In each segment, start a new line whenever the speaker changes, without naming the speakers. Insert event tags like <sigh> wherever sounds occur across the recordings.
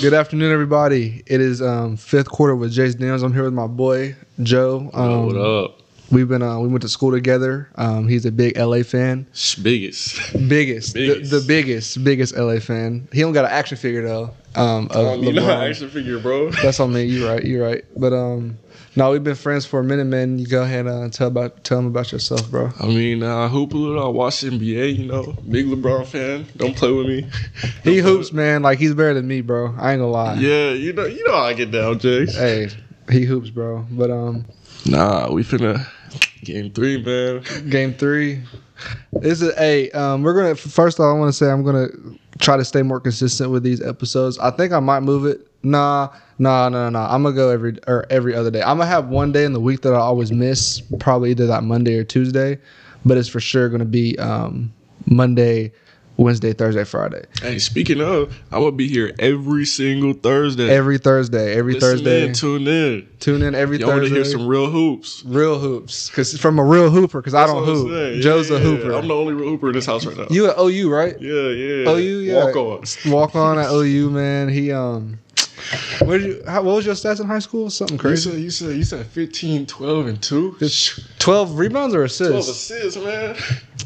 Good afternoon, everybody. It is um, fifth quarter with Jace Daniels. I'm here with my boy Joe. Um,
what up?
We've been uh, we went to school together. Um, he's a big LA fan, <laughs>
Biggest.
biggest,
Biggest.
The, the biggest, biggest LA fan. He don't got an action figure though. Um, of
you know,
LeBron.
action figure, bro.
That's on me. You're right. You're right. But um, no, we've been friends for a minute, man. You go ahead uh, and tell about tell him about yourself, bro.
<laughs> I mean, uh, hoop a little. I watch NBA. You know, big LeBron fan. Don't play with me.
<laughs> He
Don't play
hoops, man. Like he's better than me, bro. I ain't gonna lie.
with- Yeah, you know, you know how I get down, Jay.
Hey, he hoops, bro. But um,
Nah, we finna game three, man.
game three. This is hey. Um, we're gonna first off. I want to say I'm gonna try to stay more consistent with these episodes. I think I might move it. Nah, nah, nah, nah. I'm gonna go every or every other day. I'm gonna have one day in the week that I always miss. Probably either that Monday or Tuesday, but it's for sure gonna be um Monday, Wednesday, Thursday, Friday.
Hey, speaking of, I will be here every single Thursday.
Every Thursday, every
Listen
Thursday.
in, tune in.
Tune in every
Y'all want to
Thursday.
hear some real hoops?
real hoops, cause from a real hooper, cause I don't
That's what I'm
hoop.
saying.
Joe's
Yeah,
a
yeah,
hooper.
I'm the only real hooper in this house right now.
you at OU, right?
yeah, yeah.
OU, yeah.
Walk on.
Walk on
<laughs>
at OU, man. He um, what did you? How, what was your stats in high school? Something
You
crazy.
said, you said, you said 15, 12, and two.
Twelve rebounds or
12
assists?
assists, man.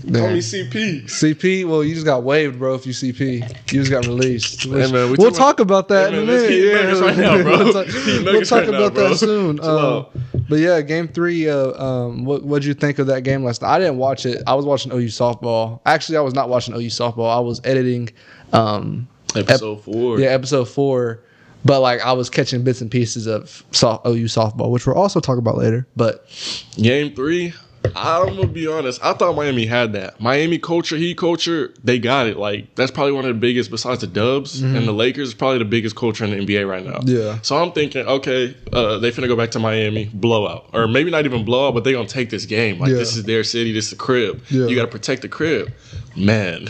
Damn.
Call me CP.
CP. Well, you just got waived, bro. If you CP, you just got released. Which-
man, we
we'll
too
talk about that
Hey,
in a
man, let's
minute.
keep Nuggets right now,
<laughs>
bro.
we'll talk,
Keep
we'll
Nuggets
talk
right now,
about
bro.
that soon.
Chill
Um,
out.
but yeah, game three. Uh, um, what what'd you think of that game last night? I didn't watch it. I was watching OU softball. Actually, I was not watching OU softball. I was editing. Um,
Episode four.
Yeah, episode four. But like I was catching bits and pieces of soft, OU softball, which we'll also talk about later. But
Game three. I'm gonna be honest. I thought Miami had that. Miami culture, heat culture, they got it. Like that's probably one of the biggest, besides the Dubs and the Lakers, probably the biggest culture in the NBA right now.
Mm-hmm. Yeah.
So I'm thinking, okay, uh, they finna go back to Miami, blowout, or maybe not even blowout, but they gonna take this game. Like
Yeah.
this is their city, this is the crib.
Yeah.
You gotta protect the crib, man,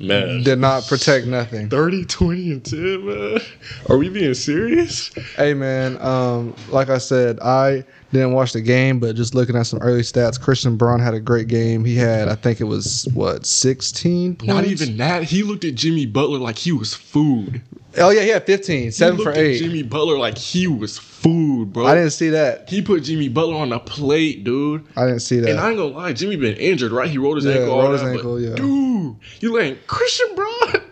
man.
did not protect nothing.
30, 20, and 10, man. Are we being serious?
Hey man, um, like I said, I didn't watch the game, but just looking at some early stats, Christian Braun had a great game. He had, I think it was what, sixteen points?
Not even that. He looked at Jimmy Butler like he was food.
Oh yeah, he had fifteen.
He
Seven for
looked at
eight.
Jimmy Butler like he was food, bro.
I didn't see that.
He put Jimmy Butler on the plate, dude.
I didn't see
And I
that.
ain't gonna lie, Jimmy been injured, right? He rolled his
Yeah,
ankle. all
rolled his
that,
ankle,
but
yeah.
Dude, you letting Christian Braun?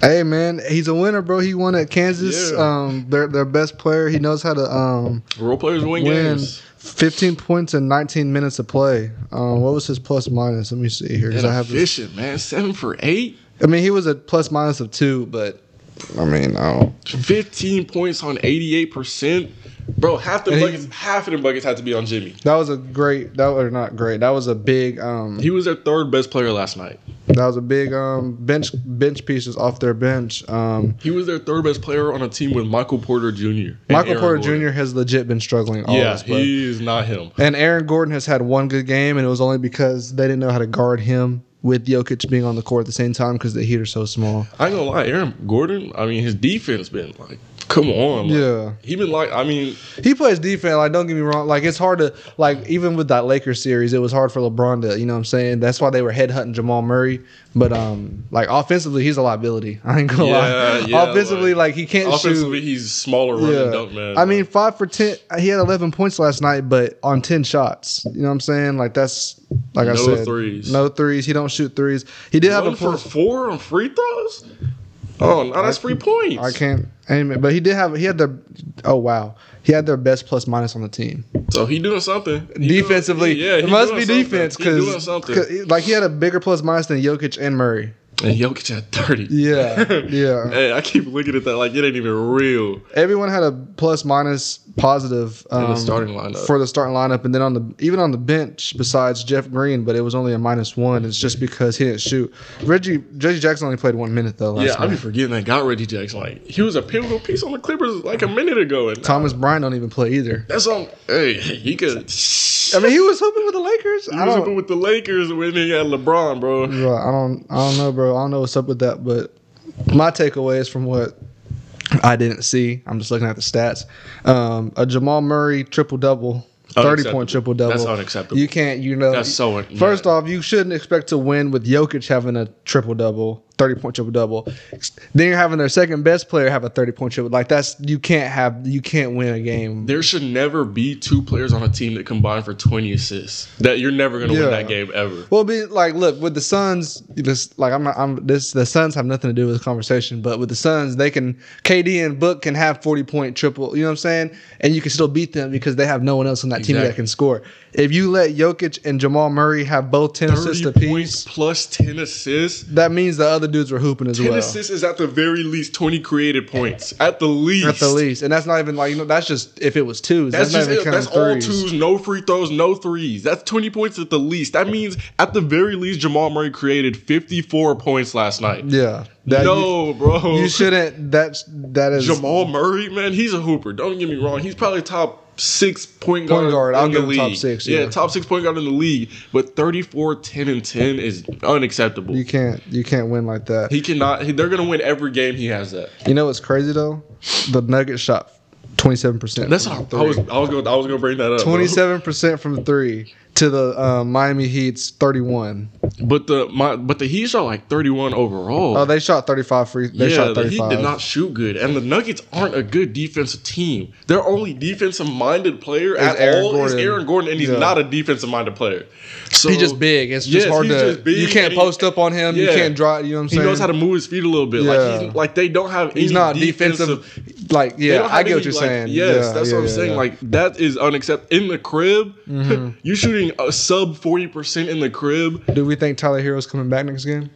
Hey man, he's a winner, bro. He won at Kansas.
Yeah.
Um, their their best player. He knows how to um
<laughs> Role players win,
win
games.
15 points in 19 minutes of play. Um, what was his plus minus? Let me see here. 'cause
And
I, have this-
efficient, man. Seven for eight.
I mean, he was a plus minus of two, but I mean, I don't.
15 points on 88%. Bro, half the
And he-
buckets, half of the buckets had to be on Jimmy.
That was a great. That or not great. That was a big. Um,
He was their third best player last night.
that was a big um bench bench pieces off their bench. Um,
He was their third best player on a team with Michael Porter Jr. and
Michael
Aaron
Porter
Gordon.
Jr. has legit been struggling all
Yeah,
this play.
he is not him.
and Aaron Gordon has had one good game, and it was only because they didn't know how to guard him with Jokic being on the court at the same time because the Heat are so small.
I ain't gonna lie, Aaron Gordon. I mean, his defense been like, come on. like,
Yeah.
he been like, I mean,
He plays defense. Like, don't get me wrong. Like, it's hard to like even with that Lakers series, it was hard for LeBron to. You know what I'm saying? That's why they were headhunting Jamal Murray. But um, like offensively, he's a liability. <laughs> I ain't gonna lie.
Yeah, yeah,
offensively, like,
like,
he can't
offensively he's smaller
shoot.
running
Yeah.
dunk man.
I mean, five for ten. He had 11 points last night, but on 10 shots. You know what I'm saying? Like that's like I
No
said,
threes.
No threes. He don't shoot threes. He did have
one
a
for
point.
four on free throws. Oh, no, that's three points.
I can't aim it, but he did have. He had the. Oh wow, he had their best plus minus on the team.
So he doing something He doing-
defensively.
yeah,
it
he
must be
doing something.
defense
He doing
because
something.
like he had a bigger plus minus than Jokic and Murray.
And Jokic had thirty.
Yeah, <laughs>
<laughs>
yeah.
hey, I keep looking at that like it ain't even real.
Everyone had a plus minus positive um,
starting lineup.
for the starting lineup, and then on the even on the bench besides Jeff Green, but it was only a minus one. It's just because he didn't shoot. Reggie Reggie Jackson only played one minute though. Last
Yeah, I be
night.
forgetting that got Reggie Jackson. Like he was a pivotal piece on the Clippers like a minute ago, and
Thomas Bryant don't even play
<laughs>
either.
that's on. Hey, he could.
I mean, he was hoping with the Lakers.
He
I
was
don't.
up with the Lakers when he had LeBron, bro.
Bro, I don't I don't know, bro. I don't know what's up with that, but my takeaway is from what I didn't see. I'm just looking at the stats. Um, a Jamal Murray triple double, thirty point triple
Unacceptable.
double.
That's unacceptable.
You can't, you know.
That's so un-
First off, you shouldn't expect to win with Jokic having a triple double. thirty point triple double. Then you're having their second best player have a thirty point triple. Like that's you can't have you can't win a game.
There should never be two players on a team that combine for 20 assists. That you're never gonna
Yeah.
win that game ever.
Well, be like, look with the Suns. This like I'm, not- I'm this the Suns have nothing to do with this conversation, but with the Suns, they can KD and Book can have 40 point triple. You know what I'm saying? And you can still beat them because they have no one else on that team that
Exactly.
can score. If you let Jokic and Jamal Murray have both 10 assists
30 points
apiece,
plus 10 assists.
that means the other dudes were hooping as
10
well.
assists is at the very least 20 created points. At the least.
At the least, and that's not even like you know. That's just if it was twos.
That's,
That's,
just
not
it.
even
That's all
counting threes.
twos, no free throws, no threes. That's 20 points at the least. That means at the very least Jamal Murray created 54 points last night.
Yeah, that you,
no, bro. <laughs>
you shouldn't. That's that is
Jamal Murray, man, he's a hooper. Don't get me wrong. He's probably top six point guard,
Point guard, I'll
in the
give him
league.
top six,
Yeah.
yeah.
top six point guard in the league. But 34, 10, and 10 is unacceptable.
You can't. You can't win like that.
he cannot. He, they're gonna win every game he has that.
You know what's crazy though? The Nuggets shot twenty seven percent.
That's how I was. I was going. I was gonna bring that up. bro.
twenty seven percent from three to the uh, Miami Heat's thirty one.
But the my but the Heat shot like 31 overall.
Oh, they shot thirty five free. They
yeah,
shot
the
thirty
Heat did
five.
not shoot good, and the Nuggets aren't a good defensive team. Their only defensive-minded player at
Aaron
all is
Gordon.
Aaron Gordon, and he's
Yeah.
not a defensive-minded player. So
He's just big. It's just
Yes,
hard
he's
to.
just big
you can't
and he-
post up on him. You
Yeah.
can't draw. You know what I'm
He
saying?
knows how to move his feet a little bit. Like
Yeah.
he's like they don't have.
He's
any
not
defensive.
defensive. Like
they
yeah,
don't have
I get what
any,
you're
like-
saying.
Yes,
Yeah,
that's
yeah,
what I'm
yeah,
saying.
yeah. Mm-hmm.
Like that is unacceptable in the crib. <laughs> you shooting a sub forty percent in the crib.
do we think Tyler Hero's coming back next game?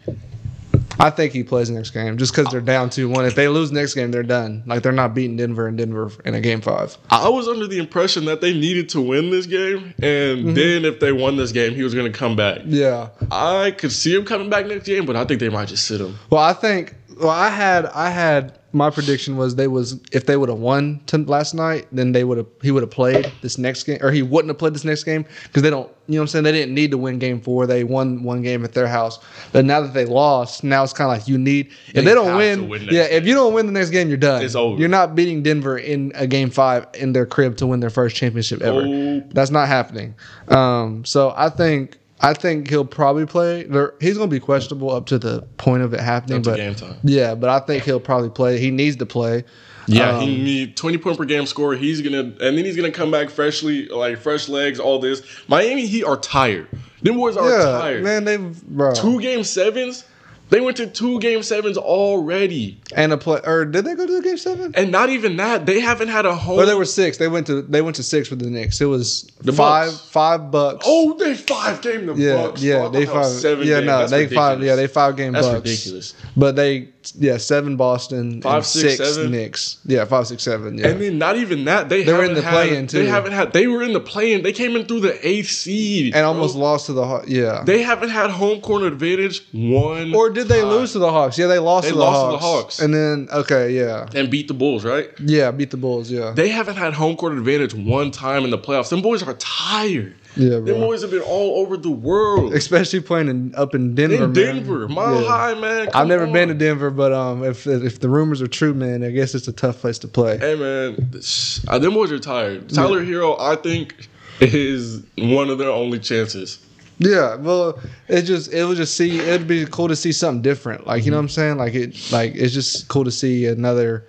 I think he plays next game just because they're down two one. If they lose next game, they're done. Like they're not beating Denver and Denver in a game five.
I was under the impression that they needed to win this game, and
Mm-hmm.
then if they won this game, he was going to come back.
Yeah.
I could see him coming back next game, but I think they might just sit him.
Well, I think. Well, I had. I had. My prediction was they was if they would have won t- last night, then they would have. He would have played this next game, or he wouldn't have played this next game because they don't. You know what I'm saying? They didn't need to win game four. They won one game at their house, but now that they lost, now it's kind of like you need. If they,
They
don't
have
win,
to win next
yeah. If you don't win the next game, you're done.
It's over.
You're not beating Denver in a game five in their crib to win their first championship ever.
Oh.
That's not happening. Um, so I think I think he'll probably play. There, he's going to be questionable up to the point of it happening,
Up to
but
game time.
yeah, but I think he'll probably play. He needs to play.
Yeah,
Um,
he need twenty point per game score. He's gonna and then he's gonna come back freshly, like fresh legs, all this. Miami Heat are tired. Them boys are
yeah,
tired.
man, they've bro.
Two game sevens. They went to two game sevens already,
and a play or did they go to the game seven?
and not even that. They haven't had a home.
Or they were six. They went to they went to six with the Knicks. It was
The
five
Bucks.
five bucks.
oh, they five game the
yeah,
Bucks.
yeah,
Oh, I
they
thought that
five.
was Seven
yeah,
game.
no,
That's
they five.
ridiculous.
Yeah, they five game
That's
bucks.
ridiculous.
But they yeah seven Boston
Five,
and
six,
six,
seven?
Knicks. Yeah, five six seven. Yeah,
And then not even that. They,
They were
haven't
in the
had-
play-in, too.
They haven't had. They were in the play-in. They came in through the eighth seed
and
bro.
almost lost to the Haw- yeah.
They haven't had home court advantage one
Or did they
time.
lose to the Hawks? Yeah, they lost,
They
to, the
lost
Hawks.
to the
And
Hawks.
then okay, yeah,
and beat the Bulls? Right.
yeah, beat the Bulls. Yeah,
They haven't had home court advantage one time in the playoffs. Them boys are tired.
yeah,
Them
bro.
boys have been all over the world.
Especially playing in, up in Denver.
in
man.
Denver, mile
Yeah.
high, man.
I've
come
never
on.
been to Denver, but um, if if the rumors are true, man, I guess it's a tough place to play.
Hey man, sh- uh, them boys are tired. Tyler Hero, I think, is one of their only chances.
Yeah, well, it just it would just see it'd be cool to see something different. Like you know what I'm saying? Like it like it's just cool to see another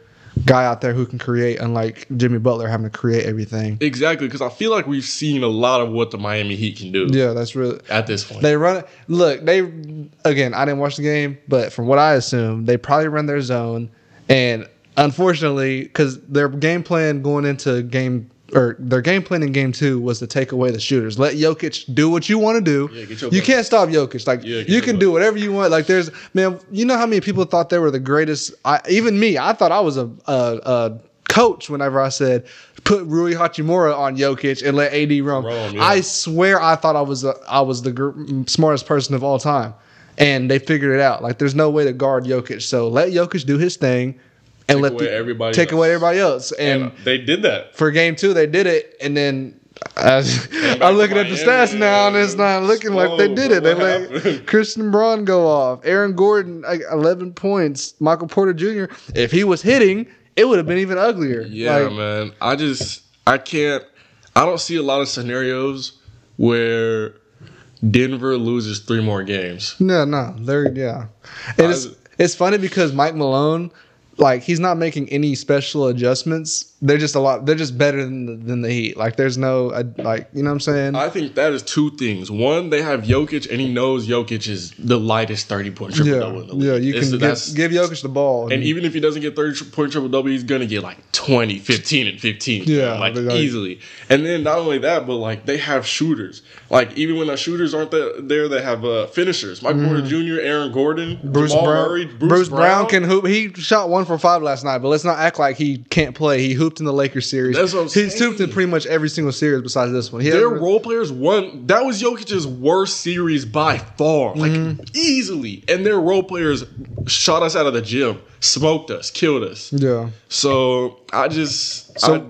guy out there who can create, unlike Jimmy Butler having to create everything.
Exactly, because I feel like we've seen a lot of what the Miami Heat can do
Yeah, that's really
at this point.
They run Look, they again. I didn't watch the game, but from what I assume, they probably run their zone, and unfortunately, because their game plan going into game or their game plan in game two was to take away the shooters. Let Jokic do what you want to do.
Yeah, get your
you
bucket.
can't stop Jokic. Like
Yeah, get
you
your
can
bucket.
do whatever you want. Like there's man, you know how many people thought they were the greatest. I, even me, I thought I was a a. a Coach, whenever I said put Rui Hachimura on Jokic and let AD roam,
Roam, yeah.
I swear I thought I was the, I was the gr- smartest person of all time, and they figured it out. Like there's no way to guard Jokic, so let Jokic do his thing, and let
away
the-
everybody
take
else.
away everybody else. And,
and uh, they did that.
for game two, they did it, and then. I, <laughs>
back
I'm looking
to
at the
Miami,
stats now, and it's not looking like they
slow,
did it. They
bro. What
let
happened? <laughs>
Christian Braun go off, Aaron Gordon like 11 points, Michael Porter Jr. If he was hitting, it would have been even uglier.
Yeah,
Like,
man. I just I can't. I don't see a lot of scenarios where Denver loses three more games.
No, no, they're yeah, and it's
I-
It's funny because Mike Malone, like he's not making any special adjustments. They're just a lot. They're just better than the, than the Heat. Like there's no uh, like you know what I'm saying.
I think that is two things. One, they have Jokic, and he knows Jokic is the lightest thirty point triple
yeah,
double in the league.
yeah. You
It's-
can
that's-
give, give Jokic the ball.
and even if he doesn't get 30 point triple double, he's gonna get like 20, 15, and 15.
Yeah,
Like
but, like-
easily. And then not only that, but like they have shooters. Like even when the shooters aren't the- there, they have uh, finishers. Mike Porter Jr., Aaron Gordon,
Mm. Bruce
Jamal
Brown.
Murray,
Bruce, Brown. can hoop. He shot one for five last night, but let's not act like he can't play. He hooped in the Lakers series.
That's what I'm
He's
saying.
hooped in pretty much every single series besides this one. He
Their
hasn't-
role players won. That was Jokic's worst series by far, like
Mm.
easily. And their role players shot us out of the gym, smoked us, killed us.
yeah,
So I just
So-
I-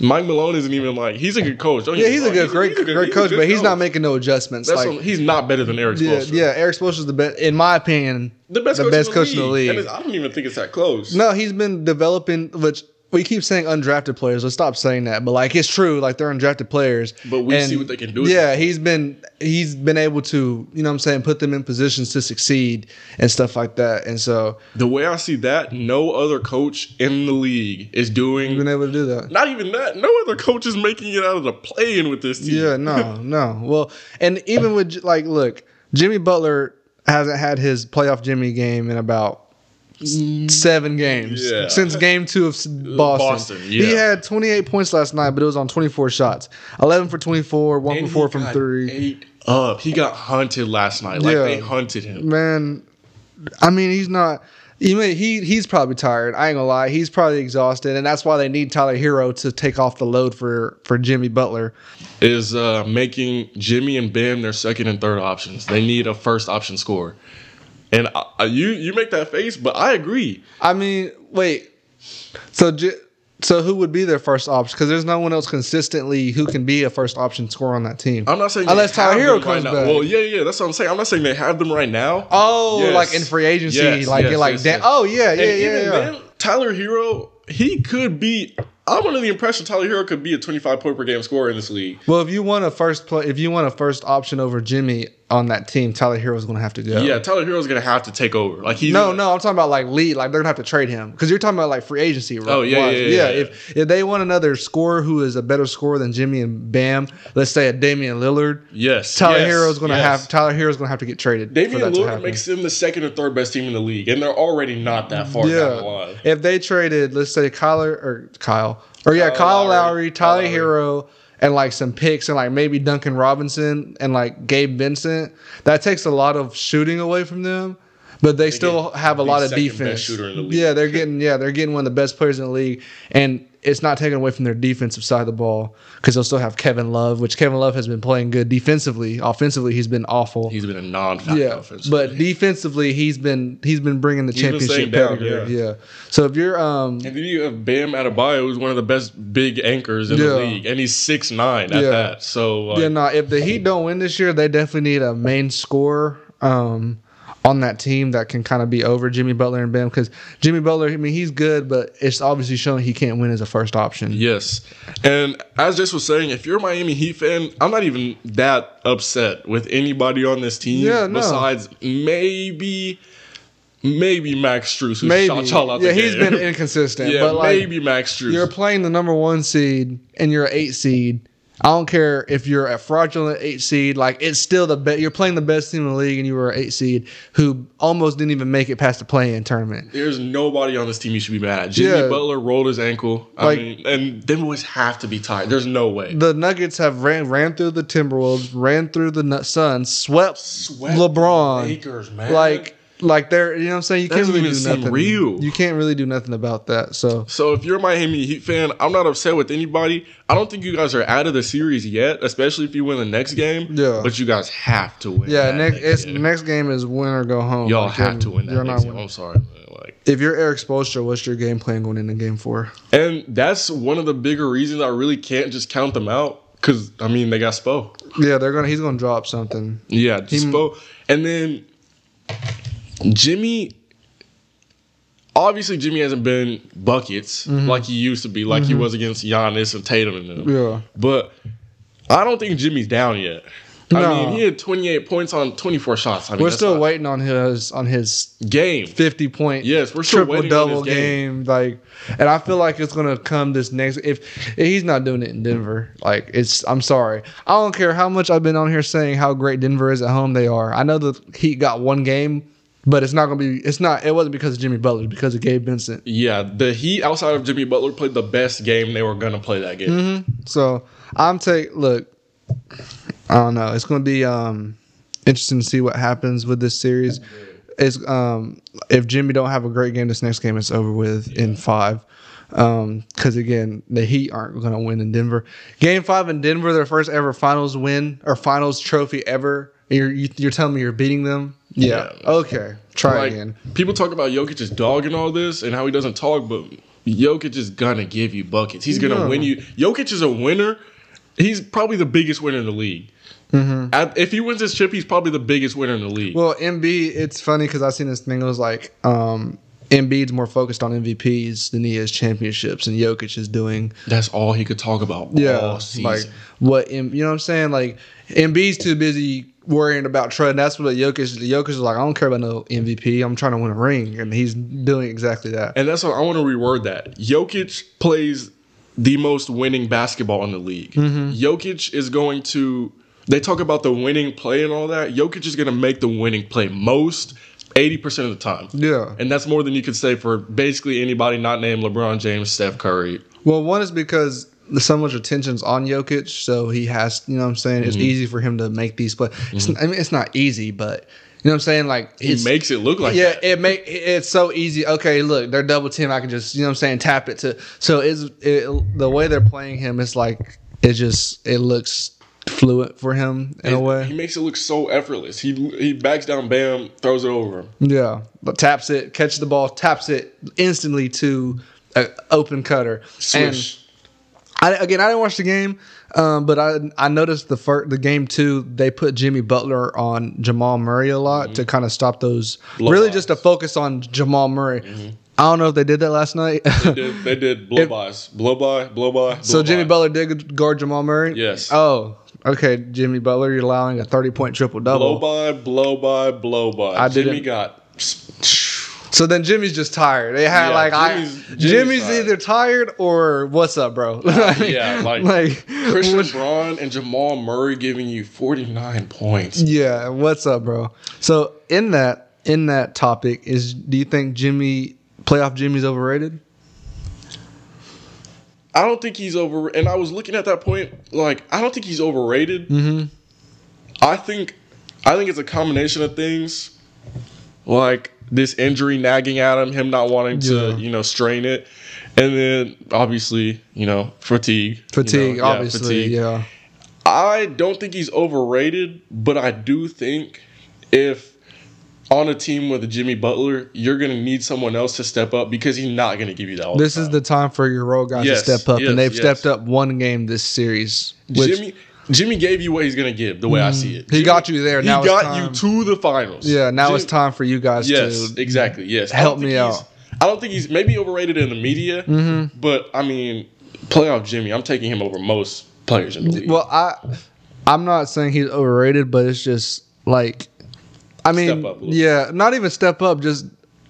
Mike Malone isn't even like he's a good coach. Don't
yeah,
get me
he's a
wrong.
good, great,
he's a good-
great
he's a
coach,
good
but he's not
coach.
making no adjustments.
That's
like,
what- he's not better than Eric
yeah,
Spoelstra.
yeah, Eric Spoelstra's the best, in my opinion,
the best, coach, in the
in the
league.
league.
And it's- I don't even think it's that close.
No, he's been developing, which we keep saying undrafted players. Let's stop saying that. But like it's true, like they're undrafted players.
But we see what they can do with
Yeah, he's been he's been able to, you know what I'm saying, put them in positions to succeed and stuff like that. And so
The way I see that, no other coach in the league is doing.
he's been able to do that.
Not even that. No other coach is making it out of the play-in with this team.
Yeah, no, no. Well, and even with like look, Jimmy Butler hasn't had his playoff Jimmy game in about seven games
Mm, Yeah.
since game
<laughs>
two of s- Boston.
Boston,
He
yeah.
had 28 points last night, but it was on 24 shots. 11 for 24, 1
And
for 4
he
from
got
3.
Eight up. He got hunted last night. Like
Yeah.
they hunted him.
Man, I mean, he's not. He, may, he he's probably tired. I ain't gonna lie. He's probably exhausted, and that's why they need Tyler Hero to take off the load for for Jimmy Butler.
Is uh, making Jimmy and Bam their second and third options. They need a first option scorer. And I, I- you you make that face, but I agree.
I mean, wait. So J- so who would be their first option? Because there's no one else consistently who can be a first option scorer on that team.
I'm not saying
Unless
they have
Tyler Hero
them right
comes
now.
back.
Well, yeah, yeah, that's what I'm saying. I'm not saying they have them right now.
Oh,
Yes.
like in free agency,
Yes,
like
yes,
you're like,
yes,
damn,
yes.
oh yeah, yeah,
and
yeah,
even
yeah.
then, Tyler Hero, he could be. I'm under the impression Tyler Hero could be a 25 point per game scorer in this league.
Well, if you want a first play, if you want a first option over Jimmy on that team, Tyler Hero's going to have to go.
Yeah, Tyler Hero's gonna have to take over. Like he's
No, no, I'm talking about like lead. Like they're gonna have to trade him because you're talking about like free agency. Right?
Oh, yeah, yeah, yeah, yeah.
If if they want another scorer who is a better scorer than Jimmy and Bam, let's say a Damian Lillard,
Yes,
Tyler
yes,
Hero's gonna
yes.
have Tyler Hero's gonna have to get traded. for that
Damian
to
Lillard
happen.
makes them the second or third best team in the league, and they're already not that far down the
yeah.
line.
If they traded, let's say Kyler or Kyle or yeah,
Kyle
Kyle
Lowry,
Lowry,
Kyle
Tyler
Lowry.
Hero. And like some picks, and like maybe Duncan Robinson and like Gabe Vincent. That takes a lot of shooting away from them, but they, still
get
have a
the
lot of
second best
defense.
shooter in the league.
Yeah, they're getting yeah they're getting one of the best players in the league, and it's not taken away from their defensive side of the ball because they'll still have Kevin Love, which Kevin Love has been playing good defensively. Offensively, he's been awful.
He's been a non-factor
Yeah,
offense.
but defensively, he's been he's been bringing the
been
championship
staying down,
pedigree. Yeah. So if you're um
and then you have Bam Adebayo, who's one of the best big anchors in
Yeah.
the league, and he's six nine at
Yeah.
that. So uh, like, um,
yeah, nah, if the Heat don't win this year, they definitely need a main scorer um on that team that can kind of be over Jimmy Butler and Bam because Jimmy Butler, I mean, he's good, but it's obviously showing he can't win as a first option.
Yes. And as Jace was saying, if you're a Miami Heat fan, I'm not even that upset with anybody on this team
Yeah, no.
besides maybe maybe Max Strus, who
Maybe.
shot y'all out
yeah,
the
he's
<laughs> game.
been inconsistent.
yeah,
but like,
maybe Max Strus.
you're playing the number one seed and you're an eight seed. I don't care if you're a fraudulent eight seed. Like it's still the best. You're playing the best team in the league, and you were an eight seed who almost didn't even make it past the play-in tournament.
There's nobody on this team you should be mad at. Jimmy
Yeah.
Butler rolled his ankle. I
Like-
mean, and them boys have to be tired. There's no way.
The Nuggets have ran ran through the Timberwolves, ran through the Nu- Suns, swept,
Swept
LeBron.
Lakers, man.
Like like they're you know what I'm saying. You
That
can't
doesn't
really
even
do
seem
nothing.
real.
You can't really do nothing about that. So
So if you're a Miami Heat fan, I'm not upset with anybody. I don't think you guys are out of the series yet, especially if you win the next game.
Yeah.
But you guys have to win.
yeah,
that
next it's
game.
next game is win or go home.
Y'all
Like,
have
you're-
to win that
you're
next
winning.
game. I'm sorry, man. Like,
If you're Eric Spoelstra, what's your game plan going into Game Four?
and that's one of the bigger reasons I really can't just count them out. Cause I mean they got Spo.
Yeah, they're gonna. He's gonna drop something.
Yeah, Spo. And then Jimmy. Obviously, Jimmy hasn't been buckets
Mm-hmm.
like he used to be, like he was against Giannis and Tatum and them.
Yeah.
But I don't think Jimmy's down yet. I
No.
mean, he had 28 points on 24 shots. I mean,
We're
that's
still
not-
waiting on his on his
game.
fifty point
Yes, we're still
triple
waiting
double
on this
game.
game.
Like, and I feel like it's gonna come this next. If, if he's not doing it in Denver, like it's. I'm sorry. I don't care how much I've been on here saying how great Denver is at home. They are. I know the Heat got one game, but it's not gonna be. It's not. It wasn't because of Jimmy Butler. It's because of Gabe Vincent.
Yeah, the Heat outside of Jimmy Butler played the best game they were gonna play that
Mm-hmm.
game.
So I'm take. Look, I don't know. It's gonna be um interesting to see what happens with this series. It's um if Jimmy don't have a great game, this next game it's over with in five. Um, because again, the Heat aren't gonna win in Denver. Game five in Denver, their first ever finals win or finals trophy ever. You're you, you're telling me you're beating them? Yeah.
Yeah.
Okay. Try
Like,
again.
People talk about Jokic's dog and all this and how he doesn't talk, but Jokic is gonna give you buckets. He's gonna
Yeah.
win you. Jokic is a winner. He's probably the biggest winner in the league. At- if he wins this chip, he's probably the biggest winner in the league.
Mm-hmm. Well, Embiid, it's funny because I seen this thing. It was like um, Embiid's more focused on MVPs than he is championships, and Jokic is doing
That's all he could talk about
yeah,
all season.
like what Em- you know what I'm saying. Like Embiid's too busy worrying about trading. That's what Jokic. Jokic is like, I don't care about no MVP. I'm trying to win a ring, and he's doing exactly that.
And that's what I want to reword that. Jokic plays the most winning basketball in the league.
Mm-hmm.
Jokic is going to. They talk about the winning play and all that. Jokic is going to make the winning play most 80% of the time.
Yeah.
And that's more than you could say for basically anybody not named LeBron James, Steph Curry.
Well, one is because there's so much attention's on Jokic, so he has, you know what I'm saying? It's
Mm-hmm.
easy for him to make these plays. It's I mean, it's not easy, but you know what I'm saying? Like,
He
it's,
makes it look like
yeah,
that.
it make it's so easy. Okay, look, they're double team. I can just you know what I'm saying tap it to. So it's it, the way they're playing him. It's like it just it looks fluent for him in a
He
way.
makes it look so effortless. He he backs down, bam, throws it over him.
Yeah, but taps it, catches the ball, taps it instantly to an open cutter. And
Swish.
I, again, I didn't watch the game, um, but I I noticed the fir- the game too. They put Jimmy Butler on Jamal Murray a lot
Mm-hmm.
to kind of stop those. really,
Blowouts.
just to focus on Jamal Murray. I don't know if they did that last night. <laughs>
Mm-hmm. they, did, they did blow bys, blow by, blow by. Blow
so Jimmy
by.
Butler did guard Jamal Murray.
Yes.
Oh, okay, Jimmy Butler, you're allowing a thirty point triple
Blow
double.
by, blow by, blow by.
I
Jimmy
didn't-
got.
So then Jimmy's just tired. They had
Yeah,
like
Jimmy's-
I
Jimmy's
Jimmy's,
tired.
either tired or what's up, bro? <laughs>
Yeah, like,
like <laughs>
Christian
what-
Braun and Jamal Murray giving you 49 points.
Yeah, what's up, bro? So in that in that topic is do you think Jimmy playoff Jimmy's overrated?
I don't think he's over. And I was looking at that point, like I don't think he's overrated. Mm-hmm. I think, I think it's a combination of things, like this injury nagging at him, him not wanting to,
Yeah.
you know, strain it, and then obviously, you know, fatigue, you know,
Fatigue,
yeah,
obviously,
fatigue.
yeah.
I don't think he's overrated, but I do think if on a team with Jimmy Butler, you're gonna need someone else to step up because he's not gonna give you that. All
This
the
is
time.
the time for your role guys
Yes,
to step up,
yes,
and they've
yes.
stepped up one game this series. Which, Mm,
Jimmy. Jimmy gave you what he's gonna give, the way I see it.
He
Jimmy-
got you there.
He
Now it's
got
time.
you to the finals.
yeah, now
Jimmy-
it's time for you guys
Yes,
to.
exactly. Yes, I
help
don't think
me
he's-
out. Mm-hmm.
I don't think he's maybe overrated in the media, but I mean, playoff Jimmy. I'm taking him over most players in the league.
Well, I I'm not saying he's overrated, but it's just like I mean,
up a little.
yeah, not even step up. Just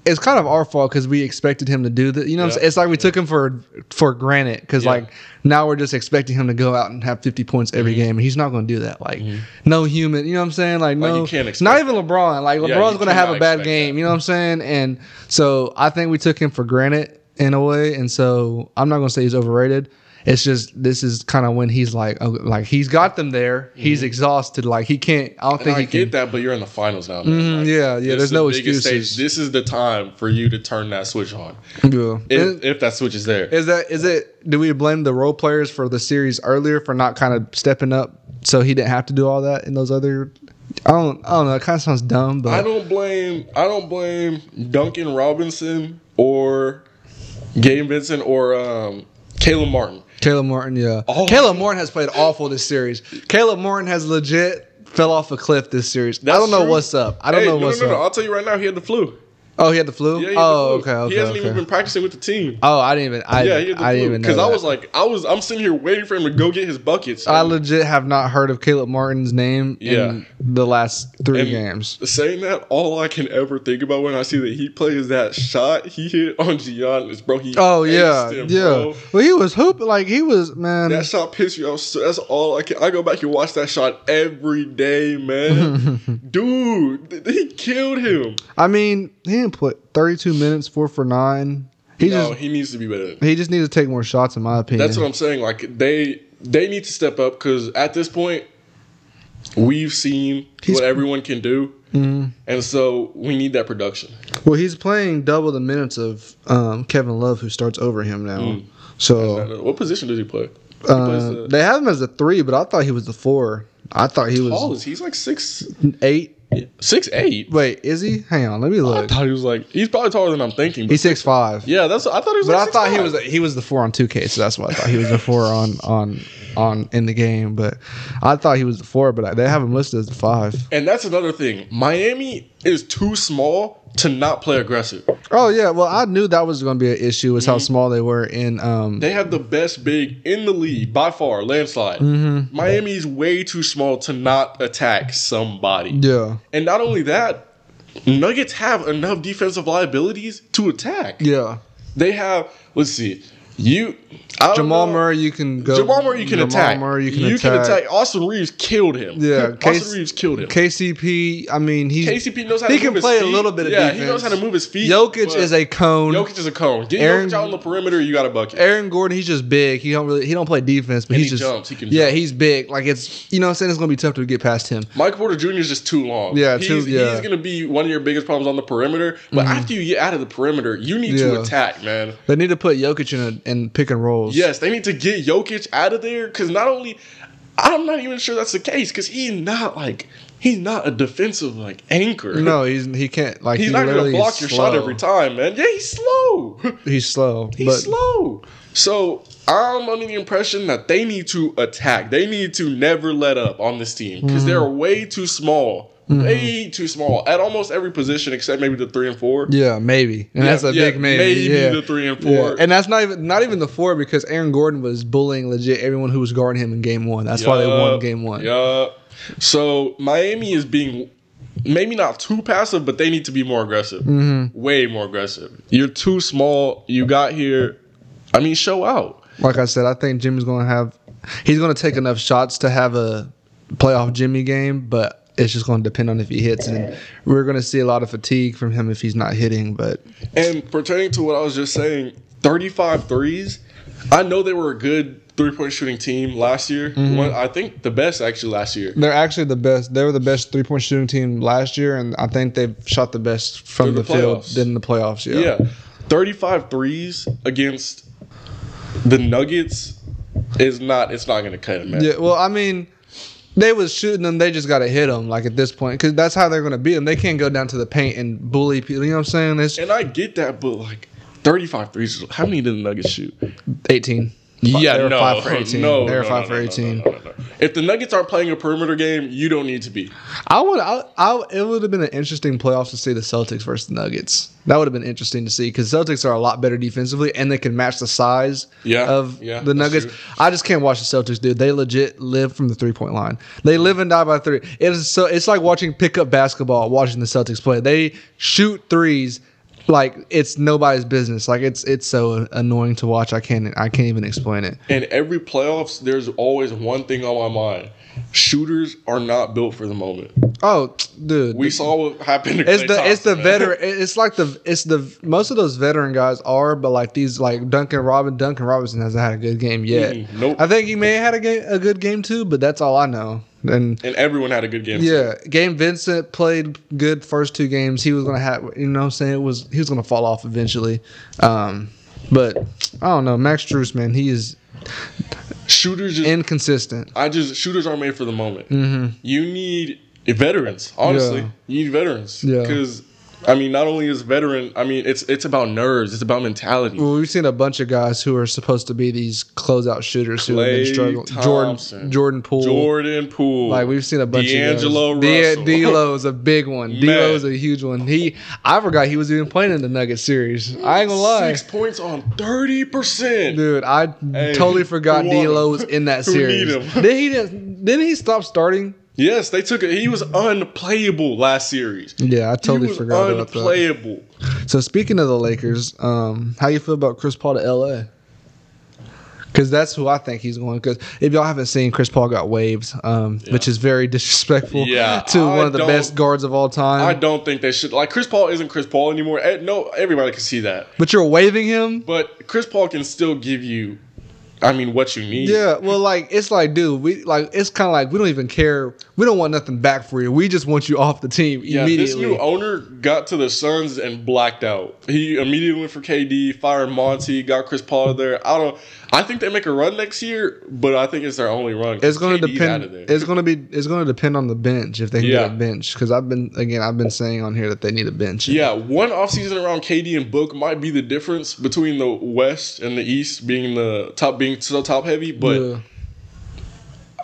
it's kind of our fault because we expected him to do that. You know, what I'm
Yeah.
saying? it's like we took him for for granted because
Yeah.
like now we're just expecting him to go out and have 50 points every
Mm-hmm.
game, and he's not going to do that. Like no human, you know what I'm saying? Like no,
you can't expect
not even LeBron. Like
Yeah,
LeBron's
you
going to have a
cannot
bad
expect
game. You know what I'm saying? And so I think we took him for granted in a way. And so I'm not gonna say he's overrated. It's just this is kind of when he's like, oh, like he's got them there. He's exhausted. Like he can't. I don't
Mm-hmm. And
think
I
he
get
can.
that, but you're in the finals now. Man.
Mhm, yeah, yeah,
this
there's
is
no
the biggest
excuses.
Stage. This is the time for you to turn that switch on,
Yeah.
if,
Is-
if that switch is there.
Is that is it? Do we blame the role players for the series earlier for not kind of stepping up so he didn't have to do all that in those other? I don't. I don't know. It kind of sounds dumb,
I
but
don't blame I don't blame Duncan Robinson or Gabe Vincent or um, Caleb Martin.
Caleb Martin. Yeah,
Oh.
Caleb Martin has played awful this series. Caleb Martin has legit fell off a cliff this series. I
That's
don't know
true.
what's up. I don't
Hey,
know what's
no, no, no.
up.
I'll tell you right now, he had the flu.
Oh, he had the flu.
Yeah, he had the
oh,
flu.
okay, okay.
He hasn't
okay.
even been practicing with the team.
oh, I didn't even. I,
yeah, he had the
I didn't
flu.
even know.
Because I
that.
was like, I was, I'm sitting here waiting for him to go get his buckets.
I
And
legit have not heard of Caleb Martin's name
Yeah.
in the last three
And-
games.
Saying that, all I can ever think about when I see that he plays that shot he hit on Giannis, bro. He
Oh yeah,
aced him,
yeah.
bro.
Well, he was hooping like he was man.
That shot pissed me off. So that's all I can. I go back and watch that shot every
<laughs>
day, man. Dude, th- he killed him.
I mean, he didn't play 32 minutes, four for nine. He
no,
just
he needs to be better. than-
he just needs to take more shots, in my opinion.
That's what I'm saying. Like they they need to step up because at this point, we've seen
He's-
what everyone can do,
Mhm.
and so we need that production.
Well, he's playing double the minutes of um, Kevin Love, who starts over him now. So
What position does Mm. he play? He plays
uh,
the-
they have him as a three, but I thought he was the four. I thought he
Paul
was
is he's like six
an eight.
six eight.
Wait, is he? Hang on, let me
I
look.
thought he was like he's probably taller than I'm thinking. But
He's six five.
yeah, that's I thought he was.
But
like
I thought he
6'5".
was he was the four on two K, so that's why I thought he was the four on
<laughs>
on on in the game. But I thought he was the four, but they have him listed as the five.
And that's another thing. Miami is too small to not play aggressive.
Oh yeah, well I knew that was going to be an issue was how small they were in. Um,
Mm-hmm. They have the best big in the league by far, landslide.
Mm-hmm.
Miami's way too small to not attack somebody.
yeah,
And not only that, Nuggets have enough defensive liabilities to attack.
yeah.
They have, let's see, you I don't
Jamal
know.
Murray, you can go.
Oh, Jamal Murray, you can
Jamal
attack.
Murray, you can attack.
Austin Reeves killed him.
Yeah,
Austin
Case-
Reeves killed him.
KCP, I mean he's
KCP knows how to
he
move
can
his
play a
feet.
little bit of
yeah, he
defense.
knows how to move his feet.
Jokic
but-
is a cone.
Jokic is a cone. Get
Aaron-
Jokic out on the perimeter, you got a bucket.
Aaron Gordon, he's just big. He don't really he don't play defense, but
And
he's
he
just
jumps. He can
yeah
jump.
he's big. Like it's you know what I'm saying it's gonna be tough to get past him.
Michael Porter Jr. is just too long.
Yeah,
he's,
too- yeah. Mm-hmm.
he's gonna be one of your biggest problems on the perimeter. But after you get out of the perimeter, you need
Yeah.
to attack, man.
They need to put Jokic in a, in pick and rolls.
Yes, they need to get Jokic out of there because not only I'm not even sure that's the case because he's not like he's not a defensive like anchor.
No, he's he can't like
he's
he
not gonna
literally
block
is
your
slow.
shot every time, man. Yeah, he's slow. <laughs>
He's slow.
He's
but
slow. So I'm under the impression that they need to attack. They need to never let up on this team because they're
Mm.
way too small.
Mm-hmm.
Way too small at almost every position except maybe the three and four.
Yeah, maybe. And
Yeah,
that's a
yeah,
big maybe.
maybe
yeah.
the three and four.
And that's not even not even the four because Aaron Gordon was bullying legit everyone who was guarding him in game one. That's why they won
Yup,
game one.
yup. So Miami is being maybe not too passive, but they need to be more aggressive.
Mm-hmm.
Way more aggressive. You're too small. You got here. I mean, show out.
Like I said, I think Jimmy's gonna have he's gonna take enough shots to have a playoff Jimmy game, but it's just gonna depend on if he hits and we're gonna see a lot of fatigue from him if he's not hitting, but
And pertaining to what I was just saying, 35 threes. I know they were a good three point shooting team last year. One, I think the best actually last year.
They're actually the best. They were the best three point shooting team last year, and I think they've shot the best from
Through
the,
the
field
playoffs.
in the playoffs. Yeah.
Yeah. 35 threes against the Nuggets is not it's not going to cut it, man.
Yeah, Well, I mean, they was shooting them. They just got to hit them. Like at this point, because that's how they're going to beat them. They can't go down to the paint and bully people. You know what I'm saying? It's
And I get that, but like 35 threes, how many did the Nuggets shoot?
18. Fi- they were five for 18.
No,
they were
no,
five
no,
for
no, no,
18.
no, no, no. If the Nuggets aren't playing a perimeter game, you don't need to be.
I would. I, I. It would have been an interesting playoffs to see the Celtics versus the Nuggets. That would have been interesting to see because Celtics are a lot better defensively and they can match the size
Yeah,
of
yeah,
the
that's
Nuggets.
true.
I just can't watch the Celtics, dude. They legit live from the three point line. They live and die by three. It is so. It's like watching pickup basketball. Watching the Celtics play, they shoot threes. Like it's nobody's business. Like it's it's so annoying to watch. I can't I can't even explain it.
In every playoffs, there's always one thing on my mind. Shooters are not built for the moment.
Oh, dude,
We saw what happened to
It's
Klay
the it's the
Thompson, man. <laughs>
veteran. It's like the it's the most of those veteran guys are, but like these like Duncan Robin Duncan Robinson hasn't had a good game yet.
Mm, nope.
I think he may have had a game a good game too, but that's all I know. And
And everyone had a good game.
yeah, Game Vincent played good first two games. He was gonna have you know what I'm saying it was he was gonna fall off eventually. Um, but I don't know Max Struess man, he is
Shooters just
inconsistent.
I just shooters aren't made for the moment. You need veterans, honestly.
Mm-hmm. Yeah.
You need veterans
Yeah.
because I mean, not only is veteran. I mean, it's it's about nerves. It's about mentality.
Well, we've seen a bunch of guys who are supposed to be these closeout shooters who have been
Klay
struggling.
Thompson.
Jordan Jordan Poole.
Jordan Poole.
Like we've seen a bunch
D'Angelo
of those.
Russell. <laughs>
D'Lo's a big one.
Man.
D'Lo's a huge one. He, I forgot he was even playing in the Nuggets series. I ain't gonna lie,
Six points on thirty percent.
dude. I
Hey,
totally forgot
who want
D'Lo
him?
was in that
<laughs> Who
series.
need him?
Then he didn't. Then he stop starting.
Yes, they took it. He was unplayable last series.
Yeah, I totally
he was
forgot about that.
unplayable.
So speaking of the Lakers, um, how you feel about Chris Paul to LA? Because that's who I think he's going. Because if y'all haven't seen, Chris Paul got waived, um, which is very <laughs> disrespectful
Yeah,
to
I
one of the
don't-
best guards of all
I
time.
don't think they should. Like Chris Paul isn't Chris Paul anymore. Eh, No, everybody can see that.
But you're waiving him.
But Chris Paul can still give you. I mean, what you need. <laughs>
Yeah, well, like it's like, dude, we like it's kind of like we don't even care. We don't want nothing back for you. We just want you off the team
Yeah, this
immediately.
new owner got to the Suns and blacked out. He immediately went for KD, fired Monty, got Chris Paul there. I don't. I think they make a run next year, but I think it's their only run.
it's going to
KD's
depend.
out of there.
It's going to be. It's going to depend on the bench if they can
Yeah.
get a bench. Because I've been again, I've been saying on here that they need a bench.
Yeah, one offseason around KD and Book might be the difference between the West and the East being the top being so top heavy, but
Yeah.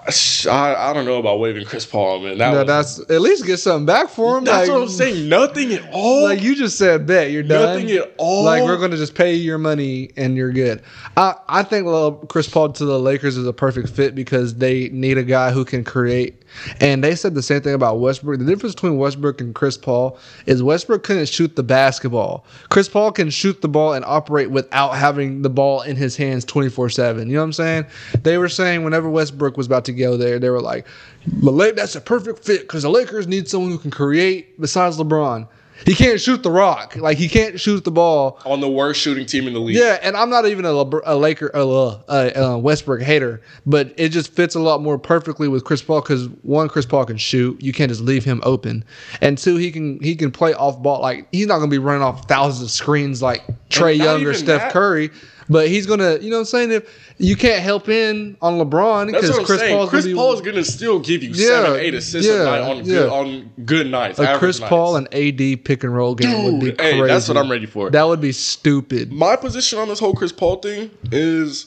I, I don't know about waving Chris Paul, man. That
No,
was,
that's at least get something back for him.
that's
like,
what I'm saying. Nothing at all.
Like you just said, bet you're done.
nothing at all.
Like we're gonna just pay you your money and you're good. I I think little Chris Paul to the Lakers is a perfect fit because they need a guy who can create. And they said the same thing about Westbrook. The difference between Westbrook and Chris Paul is Westbrook couldn't shoot the basketball. Chris Paul can shoot the ball and operate without having the ball in his hands 24 7. You know what I'm saying? They were saying whenever Westbrook was about to go there, they were like, "The La- that's a perfect fit because the Lakers need someone who can create besides LeBron. He can't shoot the rock. Like he can't shoot the ball.
on the worst shooting team in the league.
Yeah, and I'm not even a, Lebr- a Laker, a, Le- a, uh Westbrook hater, but it just fits a lot more perfectly with Chris Paul because one, Chris Paul can shoot. You can't just leave him open, and two, he can he can play off ball. Like he's not gonna be running off thousands of screens like Trey
not
Young or
even
Steph
that.
Curry. But he's gonna, you know, what I'm saying if you can't help in on LeBron
That's
because
what I'm
Chris
saying.
Paul's
Chris
gonna be
Paul is gonna still give you
Yeah,
seven, eight assists
yeah,
a night on
yeah.
good on good nights.
a
average
Chris
nights.
Paul and AD pick and roll game would be
Dude,
crazy.
hey, that's what I'm ready for.
That would be stupid.
my position on this whole Chris Paul thing is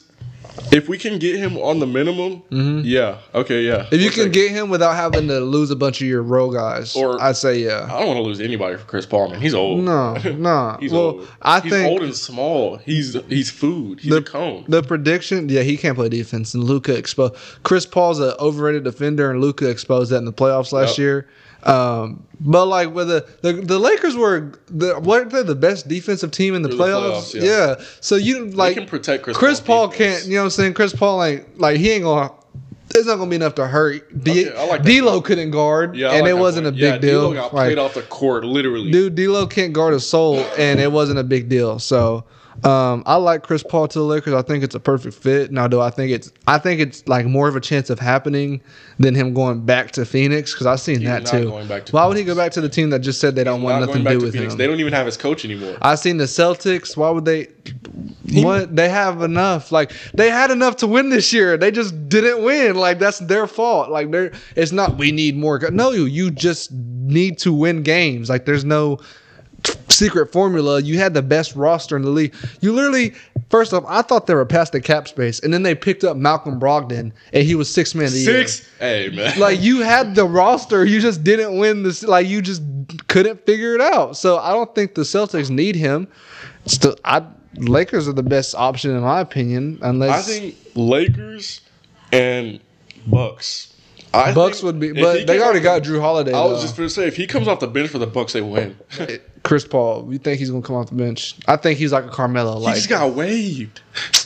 if we can get him on the minimum, yeah, okay, yeah.
Mm-hmm. If you
One
can
second.
get him without having to lose a bunch of your role guys,
Or-
I say
<laughs>
yeah.
I don't want to lose anybody for Chris Paul, man. He's old. <laughs>
No, no.
He's
well,
old.
I
he's
think
old and small. He's he's food. He's a cone.
the prediction. Yeah, he can't play defense, and Luca exposed. Chris Paul's an overrated defender, and Luca exposed that in the playoffs last
Yep.
year. Um, but like with the the, the Lakers were the weren't they the best defensive team in the
the
playoffs?
playoffs, yeah.
yeah. So you like
can protect Chris
Chris
Paul's
Paul can't. You know what I'm saying? Chris Paul ain't like he ain't gonna. It's not gonna be enough to hurt. D-
Okay, I like that
D'Lo couldn't guard,
Yeah, I
and
like
it
that
wasn't a
point.
big
yeah,
deal.
D'Lo got
Like,
played off the court, literally.
dude, D'Lo can't guard a soul, and it wasn't a big deal. So, um, I like Chris Paul to the Lakers. I think it's a perfect fit. Now, do I think it's I think it's like more of a chance of happening than him going back to Phoenix because I've seen that
not
too.
going back to
Why would he go back to the team that just said they don't want
Not
nothing to
going back
do
to
with
Phoenix.
him?
They don't even have his coach anymore.
I've seen the Celtics. Why would they? What they have enough? Like they had enough to win this year. They just didn't win. Like that's their fault. Like they're. It's not we need more. go- No, you you just need to win games. Like there's no secret formula. You had the best roster in the league. You literally. First off, I thought they were past the cap space, and then they picked up Malcolm Brogdon, and he was six man of the year.
Six. Hey
<laughs>
man.
Like you had the roster, you just didn't win this. Like you just couldn't figure it out. So I don't think the Celtics need him. Still, I Lakers are the best option in my opinion,
I
unless
think Lakers and Bucks. I
Bucks
think
would be.
if he
But they
came
already
off
got Drew Holiday.
the- I was
though.
just gonna say if he comes off the bench for the Bucks, they win. <laughs> he
Chris Paul. You think he's gonna come off the bench? I think he's like a Carmelo. Like
just got waived.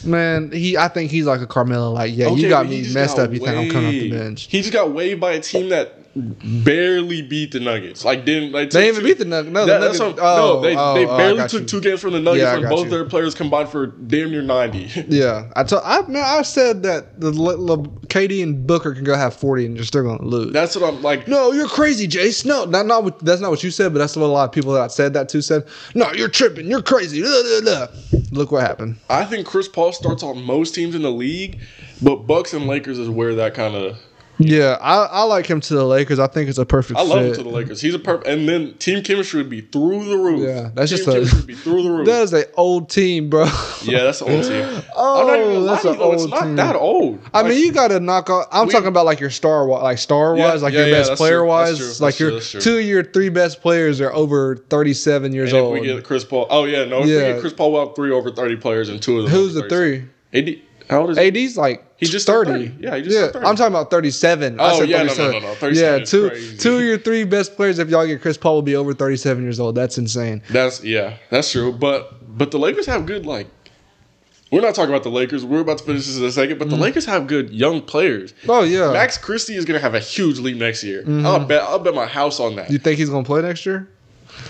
man, he. I think he's like a Carmelo. Like yeah, you
Okay,
got
but he
me
just
messed
got
up. You think I'm coming off the
waived.
bench?
He just got waived by a team that barely beat the Nuggets. Like didn't like
They didn't
took
even
two-
beat the Nuggets. No, the
That- that's
Nuggets-
what I'm-
oh,
no, they,
oh,
they
oh, I
barely
got
took
you.
two games from the Nuggets
Yeah, I
when
got
both
you.
their players combined for damn near ninety. <laughs>
Yeah, I told I man, I said that the Le, Le, KD and Booker can go have forty and you're still gonna lose.
That's what I'm like.
No, you're crazy, Jace. No, not, not what, that's not what you said, but that's what a lot of people that I said that to said. No, you're tripping. You're crazy. Blah, blah, blah. Look what happened.
I think Chris Paul starts on most teams in the league, but Bucks and Lakers is where that kind of
Yeah, I, I like him to the Lakers. I think it's a perfect.
I love
fit.
him to the Lakers. He's a perfect. And then team chemistry would be through the roof.
Yeah, that's
team
just a-
chemistry would be through the
<laughs>
roof.
That is an old team, bro.
yeah, that's the old team.
Oh,
I'm not even
that's
lying,
an
though. It's
old
not
team.
that old.
I
Like,
mean, you got to knock off. I'm
We-
talking about like your star, wi- like star
Yeah,
wise, like
yeah,
your
yeah,
best
that's
player
true, that's
wise,
true, that's
like
true,
your
that's true.
two of your three best players are over 37 years
and if
old.
we get Chris Paul, oh yeah, no, if we
Yeah.
get Chris Paul, we'll have three over thirty players and two of them.
Who's the
over 30.
three?
AD, how old is he?
AD's like
He just turned
30.
30. Yeah, he just turned 30.
I'm talking about 37. I
Oh,
said
yeah, no, no,
37.
no, no, 37
Yeah,
is
two
crazy.
two of your three best players. If y'all get Chris Paul, will be over 37 years old. That's insane.
That's yeah, that's true. But but the Lakers have good like. We're not talking about the Lakers. We're about to finish this in a second, but the Lakers have good young players.
Oh Mm-hmm. yeah. Mm-hmm.
Max Christie is going to have a huge leap next year. I'll bet. I'll bet my house on that.
you think he's gonna play next year?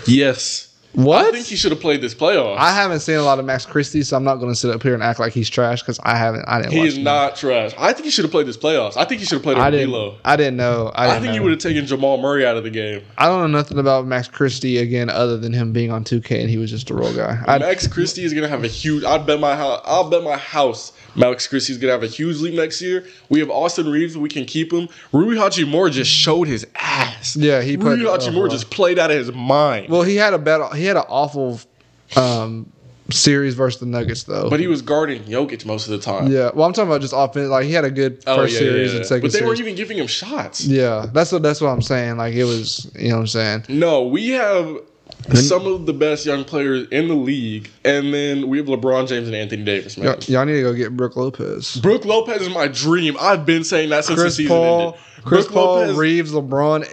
Yes,
What?
I think he should have played this playoff.
I haven't seen a lot of Max Christie, so I'm not gonna sit up here and act like he's trash because I haven't. I didn't.
he
watch
is
him.
not trash. I think he should have played this playoffs. I think he should have played
I
over
didn't.
D'Lo.
I didn't know. I,
I
didn't
think you
know.
would have taken Jamal Murray out of the game.
I don't know nothing about Max Christie again, other than him being on 2K and he was just a role guy. I,
Max Christie is gonna have a huge. I bet my house. I'll bet my house. Max Christie is gonna have a huge leap next year. We have Austin Reeves. We can keep him. Rui Hachimura just showed his ass.
Yeah, he
Rui
put- oh,
Hachimura
wow.
just played out of his mind.
well, he had a bad. He had an awful um, series versus the Nuggets though.
but he was guarding Jokic most of the time.
yeah, well, I'm talking about just offense. Like he had a good
Oh,
first
yeah, yeah,
series
yeah.
and second
But they
series.
weren't even giving him shots.
yeah, that's what that's what I'm saying. Like it was, you know what I'm saying.
No, we have some of the best young players in the league, and then we have LeBron James and Anthony Davis. Man,
Y'all, y'all need to go get Brooke Lopez,
Brooke Lopez is my dream. I've been saying that since the
Chris
season
Paul,
ended.
Chris
Brook
Paul,
Lopez-
Reeves, LeBron,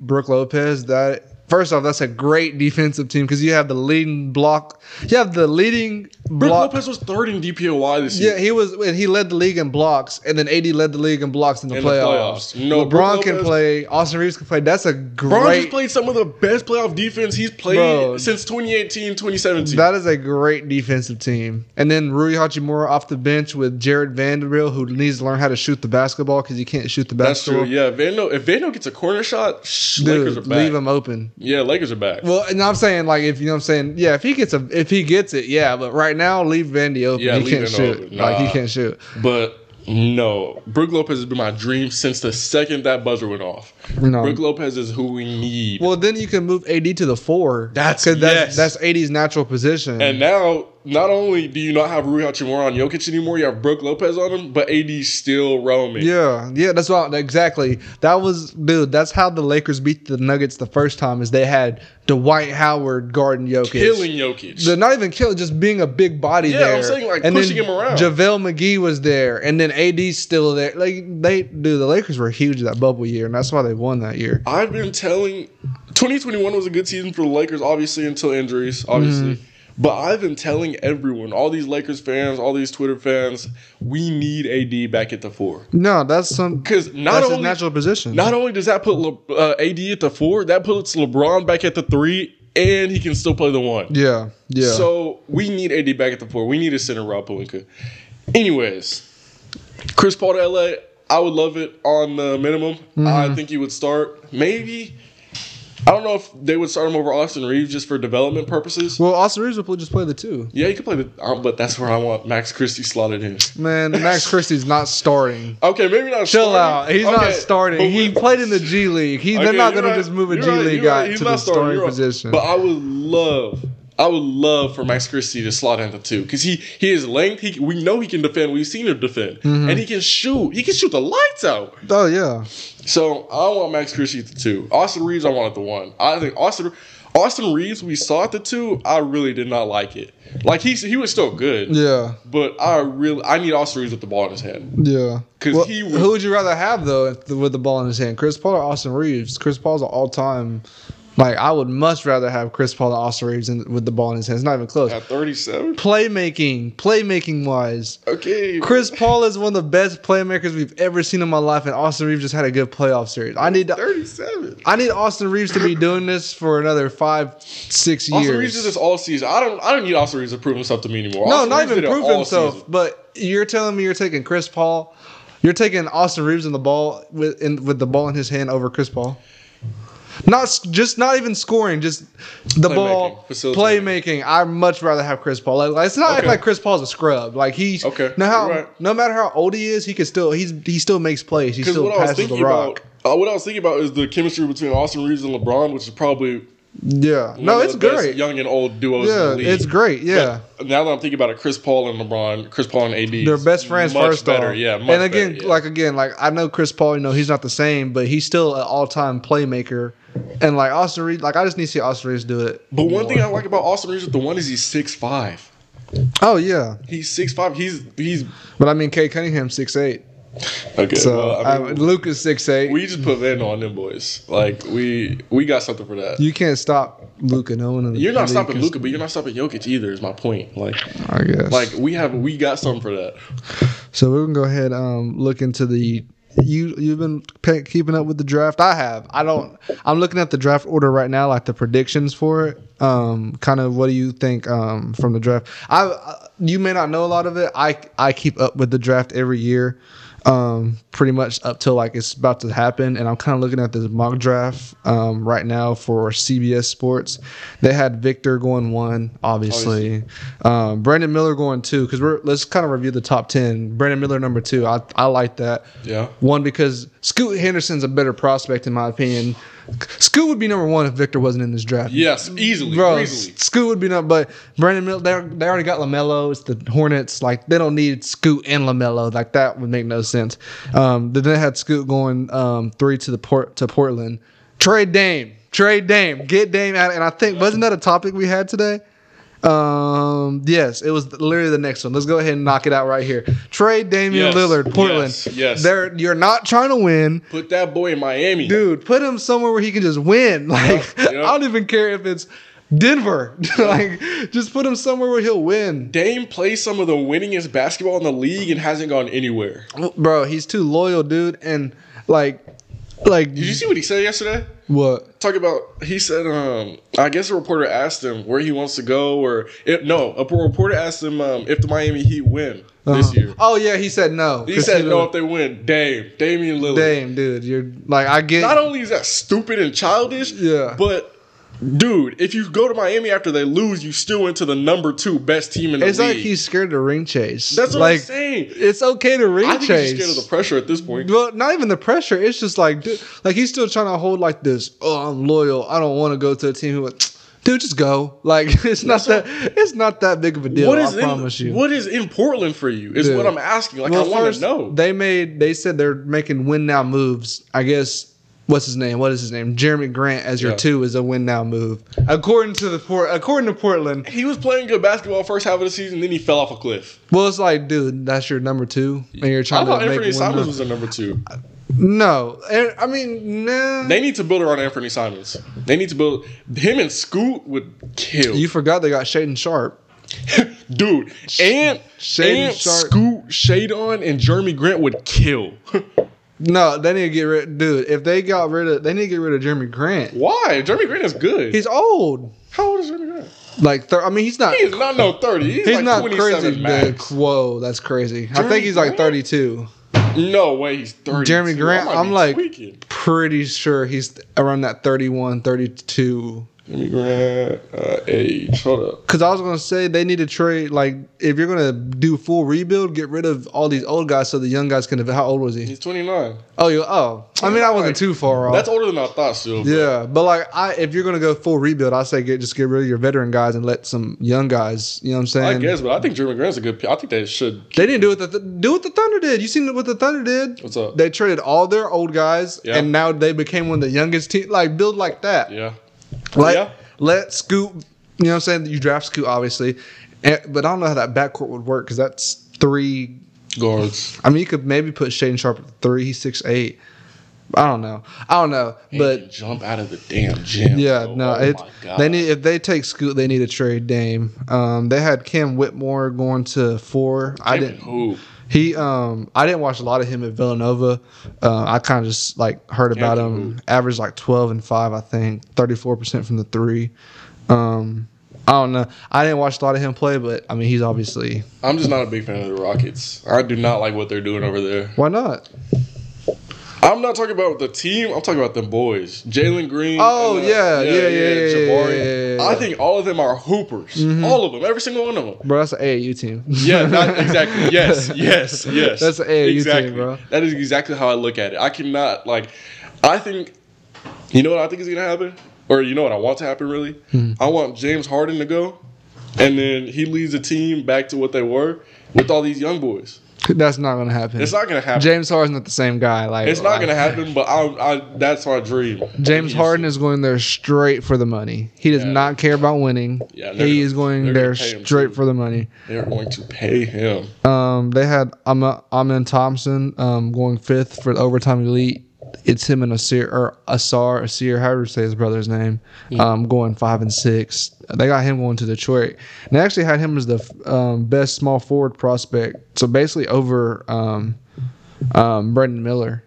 AD, Brooke Lopez. That first off, that's a great defensive team because you have the leading block. You have the leading
Brook
block.
Lopez was third in DPOY this year.
Yeah, he was, and he led the league in blocks, and then AD led the league in blocks in the,
In the
playoffs.
playoffs. No,
LeBron
Brook
can
Lopez-
play. Austin Reeves can play. That's a
Bron
great.
just played some of the best playoff defense he's played
Bro.
since 2018, 2017.
that is a great defensive team. And then Rui Hachimura off the bench with Jared Vanderbilt, who needs to learn how to shoot the basketball because he can't shoot the
That's
basketball.
true. Yeah, Vando. If Vando gets a corner shot, shh, Lakers are
Dude,
back.
leave him open.
Yeah, Lakers are back.
Well, and I'm saying like if you know what I'm saying, yeah, if he gets a if he gets it, yeah. But right now, leave Vandy open.
Yeah,
he
leave
can't
Vandy
shoot.
open.
Like he
Nah.
can't shoot.
But no, Brook Lopez has been my dream since the second that buzzer went off.
No.
Brook Lopez is who we need.
Well, then you can move AD to the four.
That's-
'Cause that's
yes.
that's AD's natural position.
and now, not only do you not have Rui Hachimura on Jokic anymore, you have Brook Lopez on him, but AD's still roaming.
Yeah, yeah, that's what exactly. That was dude. That's how the Lakers beat the Nuggets the first time is they had Dwight Howard guarding Jokic.
Killing Jokic.
They're not even killing, just being a big body
Yeah, I'm
there.
saying, like, pushing him around.
JaVale McGee was there, and then AD's still there. Like they do, the Lakers were huge that bubble year, and that's why they won that year.
I've been telling 2021 was a good season for the Lakers, obviously, until injuries, obviously.
Mm-hmm.
But I've been telling everyone, all these Lakers fans, all these Twitter fans, we need AD back at the four.
No, that's some
Because not
that's his
only
natural position.
not only does that put Le, uh, AD at the four, that puts LeBron back at the three, and he can still play the one.
yeah, yeah.
So we need AD back at the four. We need a center, Rob Palinka. Anyways, Chris Paul to LA. I would love it on the minimum.
Mm-hmm.
I think he would start. Maybe I don't know if they would start him over Austin Reeves just for development purposes.
well, Austin Reeves will just play the two.
Yeah, he could play the, um, but that's where I want Max Christie slotted in.
Man,
<laughs>
Max Christie's not starting.
Okay, maybe not.
Chill
starting.
out. He's
Okay,
not starting.
but
He
we-
played in the G League. He, they're
Okay,
not
you're
going
right.
to just move a
You're
G
right,
League
you're right.
guy
He's
to
not
the starting
you're right.
position.
But I would love, I would love for Max Christie to slot into two because he he is length. He we know he can defend. We've seen him defend,
Mm-hmm.
and he can shoot. He can shoot the lights out.
oh yeah,
So I want Max Christie at the two. Austin Reeves, I want at the one. I think Austin Austin Reeves, we saw at the two. I really did not like it. Like he he was still good,
yeah,
but I really I need Austin Reeves with the ball in his hand.
yeah.
'Cause
Well,
he was-
who would you rather have though if the, with the ball in his hand, Chris Paul or Austin Reeves? Chris Paul's an all-time. Like I would much rather have Chris Paul than Austin Reeves in, with the ball in his hand. It's not even close.
At thirty seven,
Playmaking, playmaking wise,
okay.
Chris Paul is one of the best playmakers we've ever seen in my life, and Austin Reeves just had a good playoff series. I need to,
thirty seven.
I need Austin Reeves to be doing this for another five, six years.
Austin Reeves is this all season. I don't. I don't need Austin Reeves to prove himself to me anymore.
No,
Austin
not
Reeves
even
did it
prove
all
himself.
season.
But you're telling me you're taking Chris Paul, you're taking Austin Reeves in the ball with in, with the ball in his hand over Chris Paul. Not s- just not even scoring, just the
Playmaking,
ball
facilitating.
playmaking. I much rather have Chris Paul. Like, like, it's not act
Okay.
like Chris Paul's a scrub. Like he's
Okay,
No how
you're right.
no matter how old he is, he can still he's he still makes plays. He
Because
still
what I was
passes the
thinking
rock.
about, uh, what I was thinking about is the chemistry between Austin Reeves and LeBron, which is probably
yeah,
one
no,
of
it's
the best
great.
young and old duos. in
Yeah,
the league.
it's great. Yeah.
But now that I'm thinking about it, Chris Paul and LeBron, Chris Paul and AD,
They're
is
best friends
much
first
better.
off.
Yeah, much
and again,
better, yeah.
like again, like I know Chris Paul, you know, he's not the same, but he's still an all time playmaker. And like Austin Reed, like I just need to see Austin Reed do it.
But one
more.
thing I like about Austin Reeves, the one is he's six five.
Oh yeah.
He's six five. He's he's
But I mean Kate Cunningham six eight.
okay.
So
well, I mean,
I- Luke is six eight.
we just put Vanna on them boys. Like we we got something for that.
you can't stop Luca. No one in the
You're not
league
stopping
can-
Luca, but you're not stopping Jokic either. Is my
<sighs>
point. Like
I guess.
like we have we got something for that.
so we're gonna go ahead um look into the you you've been pe- keeping up with the draft. I have. I don't. I'm looking at the draft order right now, like the predictions for it. Um, kind of what do you think um from the draft? I, I you may not know a lot of it. I I keep up with the draft every year, um, pretty much up till like it's about to happen. And I'm kind of looking at this mock draft um right now for CBS Sports. They had Victor going one, obviously. Um, Brandon Miller going two because we're let's kind of review the top ten. Brandon Miller number two. I I like that.
Yeah.
One because Scoot Henderson's a better prospect in my opinion. Scoot would be number one if Victor wasn't in this draft.
Yes, easily,
Bro,
easily.
Scoot would be number, but Brandon Miller. They, they already got Lamelo. It's the Hornets. Like they don't need Scoot and Lamelo. Like that would make no sense. Um, then they had Scoot going um, three to the port to Portland. Trade Dame. Trade Dame. Get Dame out. And I think wasn't that a topic we had today? Um. Yes, it was literally the next one. Let's go ahead and knock it out right here. Trade Damian
Yes,
Lillard, Portland.
yes, yes.
They're, you're not trying to win,
Put that boy in Miami.
dude. Put him somewhere where he can just win. <laughs> Like
yeah.
I don't even care if it's Denver. <laughs> like just put him somewhere where he'll win,
Dame plays some of the winningest basketball in the league and hasn't gone anywhere.
bro. He's too loyal, dude. And like, like
Did you see what he said yesterday?
what?
talk about he said um i guess a reporter asked him where he wants to go or if no a reporter asked him um, if the miami heat win
Uh-huh.
this year
Oh yeah, he said no.
he
'Cause
said no
was-
if they win dame damian lillard
Dame, dude. You're like I get.
not only is that stupid and childish
Yeah.
but dude if you go to miami after they lose you still into the number two best team in the
it's like
league
he's scared to ring chase.
that's what
like,
i'm saying
It's okay to ring
i think
chase.
he's scared of the pressure at this point
Well, not even the pressure. It's just like, dude, like he's still trying to hold like this. Oh, I'm loyal. I don't want to go to a team who, went, dude, just go. <laughs> Like it's not that. It's not that big of a deal.
what is
I promise
in
you.
what is in portland for you is
Dude.
what i'm asking like
well,
i want
first
to know
they made. They said they're making win now moves. I guess. What's his name? What is his name? Jeremy Grant as your
Yeah.
two is a win now move, according to the port. According to Portland,
he was playing good basketball first half of the season, then he fell off a cliff.
well, it's like, dude, that's your number two, and you're
I
trying
thought
to make
Anthony
win
Simons
now.
was the number two.
No, Eh, I mean, nah.
They need to build around Anthony Simons. They need to build him and Scoot would kill,
you forgot they got Shaden Sharp.
dude. And,
Shady
and
Sharp.
Scoot, Shadon, and Jeremy Grant would kill. <laughs>
No, they need to get rid. Dude, if they got rid of, they need to get rid of Jeremy Grant.
Why? Jeremy Grant is good.
He's old.
How old is Jeremy Grant?
Like, thir- I mean, he's not.
He is not no thirty. He's,
He's
like
not
twenty-seven
crazy. Big.
max.
Whoa, that's crazy. I
Jeremy
think he's like
Grant?
32.
No way, he's thirty.
Jeremy Grant, I'm like-
tweaking.
Pretty sure he's around that 31, 32.
Jeremy Grant uh, age. Hold up.
Because I was gonna say they need to trade. Like, if you're gonna do full rebuild, get rid of all these old guys so the young guys can. develop. How old was he?
He's twenty-nine.
Oh, you. Oh, I mean, I wasn't too far off.
That's older than I thought. Still, but-
Yeah, but like I, if you're gonna go full rebuild, I say get just get rid of your veteran guys and let some young guys. You know what I'm saying?
I guess, but I think Jeremy Grant's a good. p- I think they should.
They didn't do what the th- do what the Thunder did. You seen what the Thunder did?
What's up?
They traded all their old guys,
Yeah.
and now they became one of the youngest team. Like build like that.
yeah,
Like
Yeah.
let Scoot. You know what I'm saying? You draft Scoot obviously, and, but I don't know how that backcourt would work because that's three.
guards.
I mean, you could maybe put Shaden Sharp at three. He's six eight. I don't know. I don't know, but.
But jump out of the damn gym.
Yeah,
bro.
no,
Oh
it,
my God.
they need if they take Scoot, they need to trade Dame. Um, they had Cam Whitmore going to four. I
Damn it,
didn't.
Who?
He um, I didn't watch a lot of him at Villanova. Uh, I kind of just like heard about
Cam
him. Averaged like twelve and five, I think, thirty four percent from the three. Um, I don't know. I didn't watch a lot of him play, but I mean, he's obviously
I'm just not a big fan of the Rockets. I do not like what they're doing over there.
why not?
I'm not talking about the team. I'm talking about the boys. Jalen Green.
Oh,
and, uh,
yeah, yeah, yeah, yeah, yeah, Mm-hmm. yeah, yeah.
I think all of them are hoopers. All of them. Every single one of them.
Bro, that's an AAU team.
Yeah,
<laughs>
that, exactly. Yes, yes, yes.
That's an AAU team,
exactly.
bro.
That is exactly how I look at it. I cannot like. I think. You know what I think is gonna happen, or you know what I want to happen. Really,
Hmm.
I want James Harden to go, and then he leads the team back to what they were with all these young boys.
That's not gonna happen.
It's not gonna happen.
James Harden's not the same guy. Like
it's not
like-
gonna happen, but I, I that's my dream.
James
He's-
Harden is going there straight for the money. He does
Yeah.
not care about winning.
Yeah, they're
he
gonna-
is going
they're gonna
there
pay him
straight
too.
for the money.
They're going to pay him.
Um, they had Ama- Amin Thompson um, going fifth for the overtime elite. It's him and Asir or Asar Asir, however you say his brother's name, um, going five and six. They got him going to Detroit, and they actually had him as the um, best small forward prospect. So basically over um, um, Brendan Miller.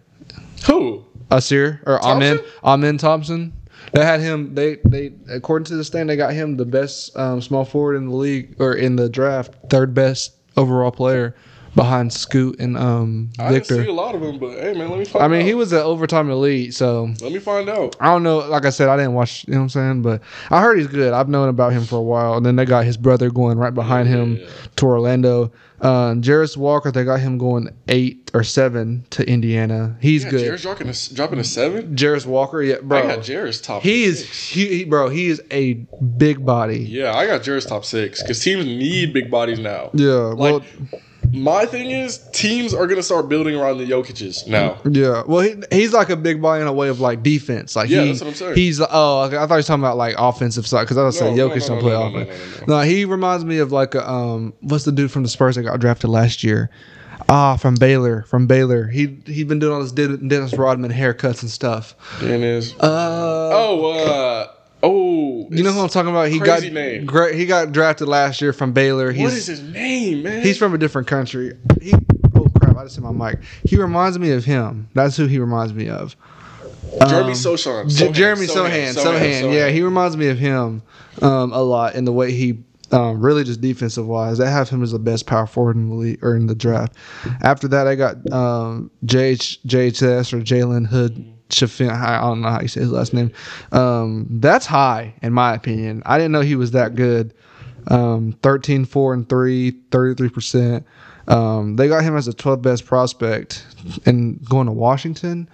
Who?
Asir or Amin
Thompson?
Amin Thompson. They had him. They they according to this thing, they got him the best um, small forward in the league or in the draft, third best overall player behind Scoot and um,
I didn't
Victor.
see a lot of them, but hey man, let me find.
I mean,
out.
he was an overtime elite, so
Let me find out.
I don't know. Like I said, I didn't watch. You know what I'm saying? But I heard he's good. I've known about him for a while. And then they got his brother going right behind him
Yeah.
to Orlando. Uh, Jarris Walker, they got him going eight or seven to Indiana. He's
Yeah,
good.
Jair's dropping a dropping a seven.
Jarris Walker, yeah, bro.
I got Jair's top.
He is
six.
huge, he, bro. He is a big body.
Yeah, I got Jair's top six because teams need big bodies now.
Yeah. well,
Like, my thing is teams are gonna start building around the Jokic's now.
yeah. Well, he, he's like a big body in a way of like defense. Like,
Yeah,
he-
that's what I'm saying.
He's oh, okay, I thought he was talking about like offensive side because I was saying
No, no,
Jokic
no,
don't
no,
play
no, no,
offense.
no,
No, he reminds me of like a, um, what's the dude from the Spurs that got drafted last year? Ah, from Baylor, from Baylor. He he'd been doing all this Den- Dennis Rodman haircuts and stuff.
Dennis.
Uh,
oh, uh, oh.
you know who I'm
it's-
talking about? He
Crazy
got
name.
gra- he got drafted last year from Baylor. He's,
What is his name, man?
He's from a different country. He oh crap, I just hit my mic. He reminds me of him. That's who he reminds me of.
Jeremy
um,
Sochan.
J-
Sohan,
Jeremy Sohan. Sohan. Yeah, he reminds me of him um, a lot in the way he um, really just defensive wise. They have him as the best power forward in the league or in the draft. After that, I got um, JH, JHS or Jalen Hood. Shafin, I don't know how you say his last name. Um, that's high, in my opinion. I didn't know he was that good. Um, 13, 4, and 3, 33%. Um, they got him as the 12th best prospect and going to Washington.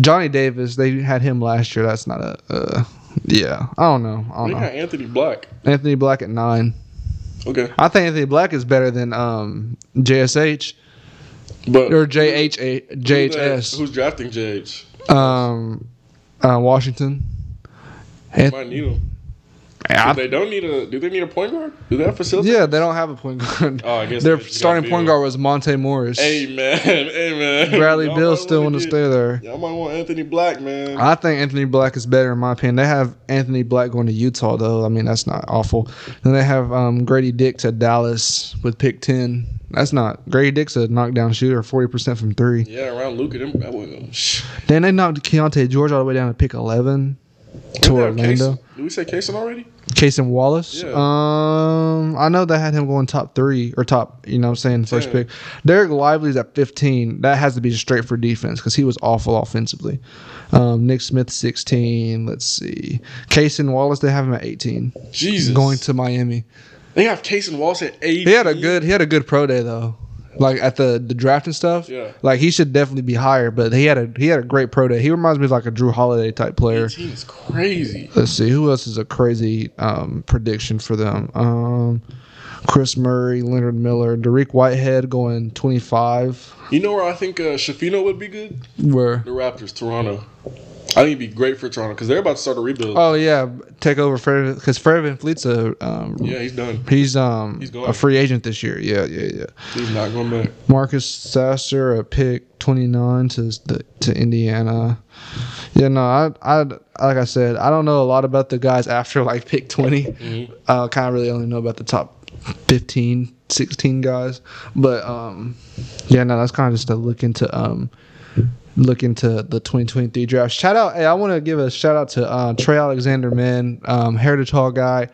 Johnny Davis, they had him last year. That's not a. Uh, yeah, I don't know. I
We
don't
got
know.
Anthony Black.
Anthony Black at nine.
Okay,
I think Anthony Black is better than um, JSH
but
or JH JHS.
Who's drafting JH?
Um, uh, Washington. Anth-
Might need him.
I-
If they don't need a. Do they need a point guard? Do they have facilities?
yeah, they don't have a point guard.
Oh, I guess
Their
they just
starting
got
point
Beal.
guard was Monte Morris.
<laughs> Amen. Amen.
Bradley
Y'all
Bill
might
still want to
get-
stay there.
Y'all might want Anthony Black, man.
I think Anthony Black is better in my opinion. They have Anthony Black going to Utah though. I mean that's not awful. Then they have um, Grady Dix at Dallas with pick ten. That's not Grady Dix a knockdown shooter, forty percent from three.
yeah, around Luca, them. That oh, wasn't, shh.
Then they knocked Keontae George all the way down to pick eleven to
Did they have
Orlando.
Kaysen- Did we say Kaysen already?
Casey Wallace.
Yeah.
Um, I know they had him going top three or top. You know, what I'm saying first
Yeah.
pick. Derek Lively's at 15. That has to be straight for defense because he was awful offensively. Um, Nick Smith 16. Let's see. Casey Wallace. They have him at 18.
Jesus.
Going to Miami.
They have Kaysen Walls at eight.
He had a good. He had a good pro day though. Like at the the draft and stuff.
Yeah.
Like he should definitely be higher, but he had a he had a great pro day. He reminds me of like a Drew Holiday type player.
Eighteen is crazy.
Let's see who else is a crazy um, prediction for them. Um, Chris Murray, Leonard Miller, Derek Whitehead going 25.
You know where I think uh, Shafino would be good?
Where?
The Raptors, Toronto. I think it'd be great for Toronto because they're about to start a rebuild.
Oh yeah, take over Fred because Fred VanVleet's a um,
yeah, he's done.
he's um
He's gone.
a free agent this year. Yeah, yeah, yeah.
He's not going back.
Marcus Sasser a pick 29 to the, to Indiana. Yeah, no, I, I like I said, I don't know a lot about the guys after <laughs> like pick 20. I kind of really only know about the top 15, 16 guys. But um, yeah, no, that's kind of just a look into um, look into the 2023 draft. Shout out, hey, I want to give a shout out to uh, Trey Alexander, man, um, Heritage Hall guy.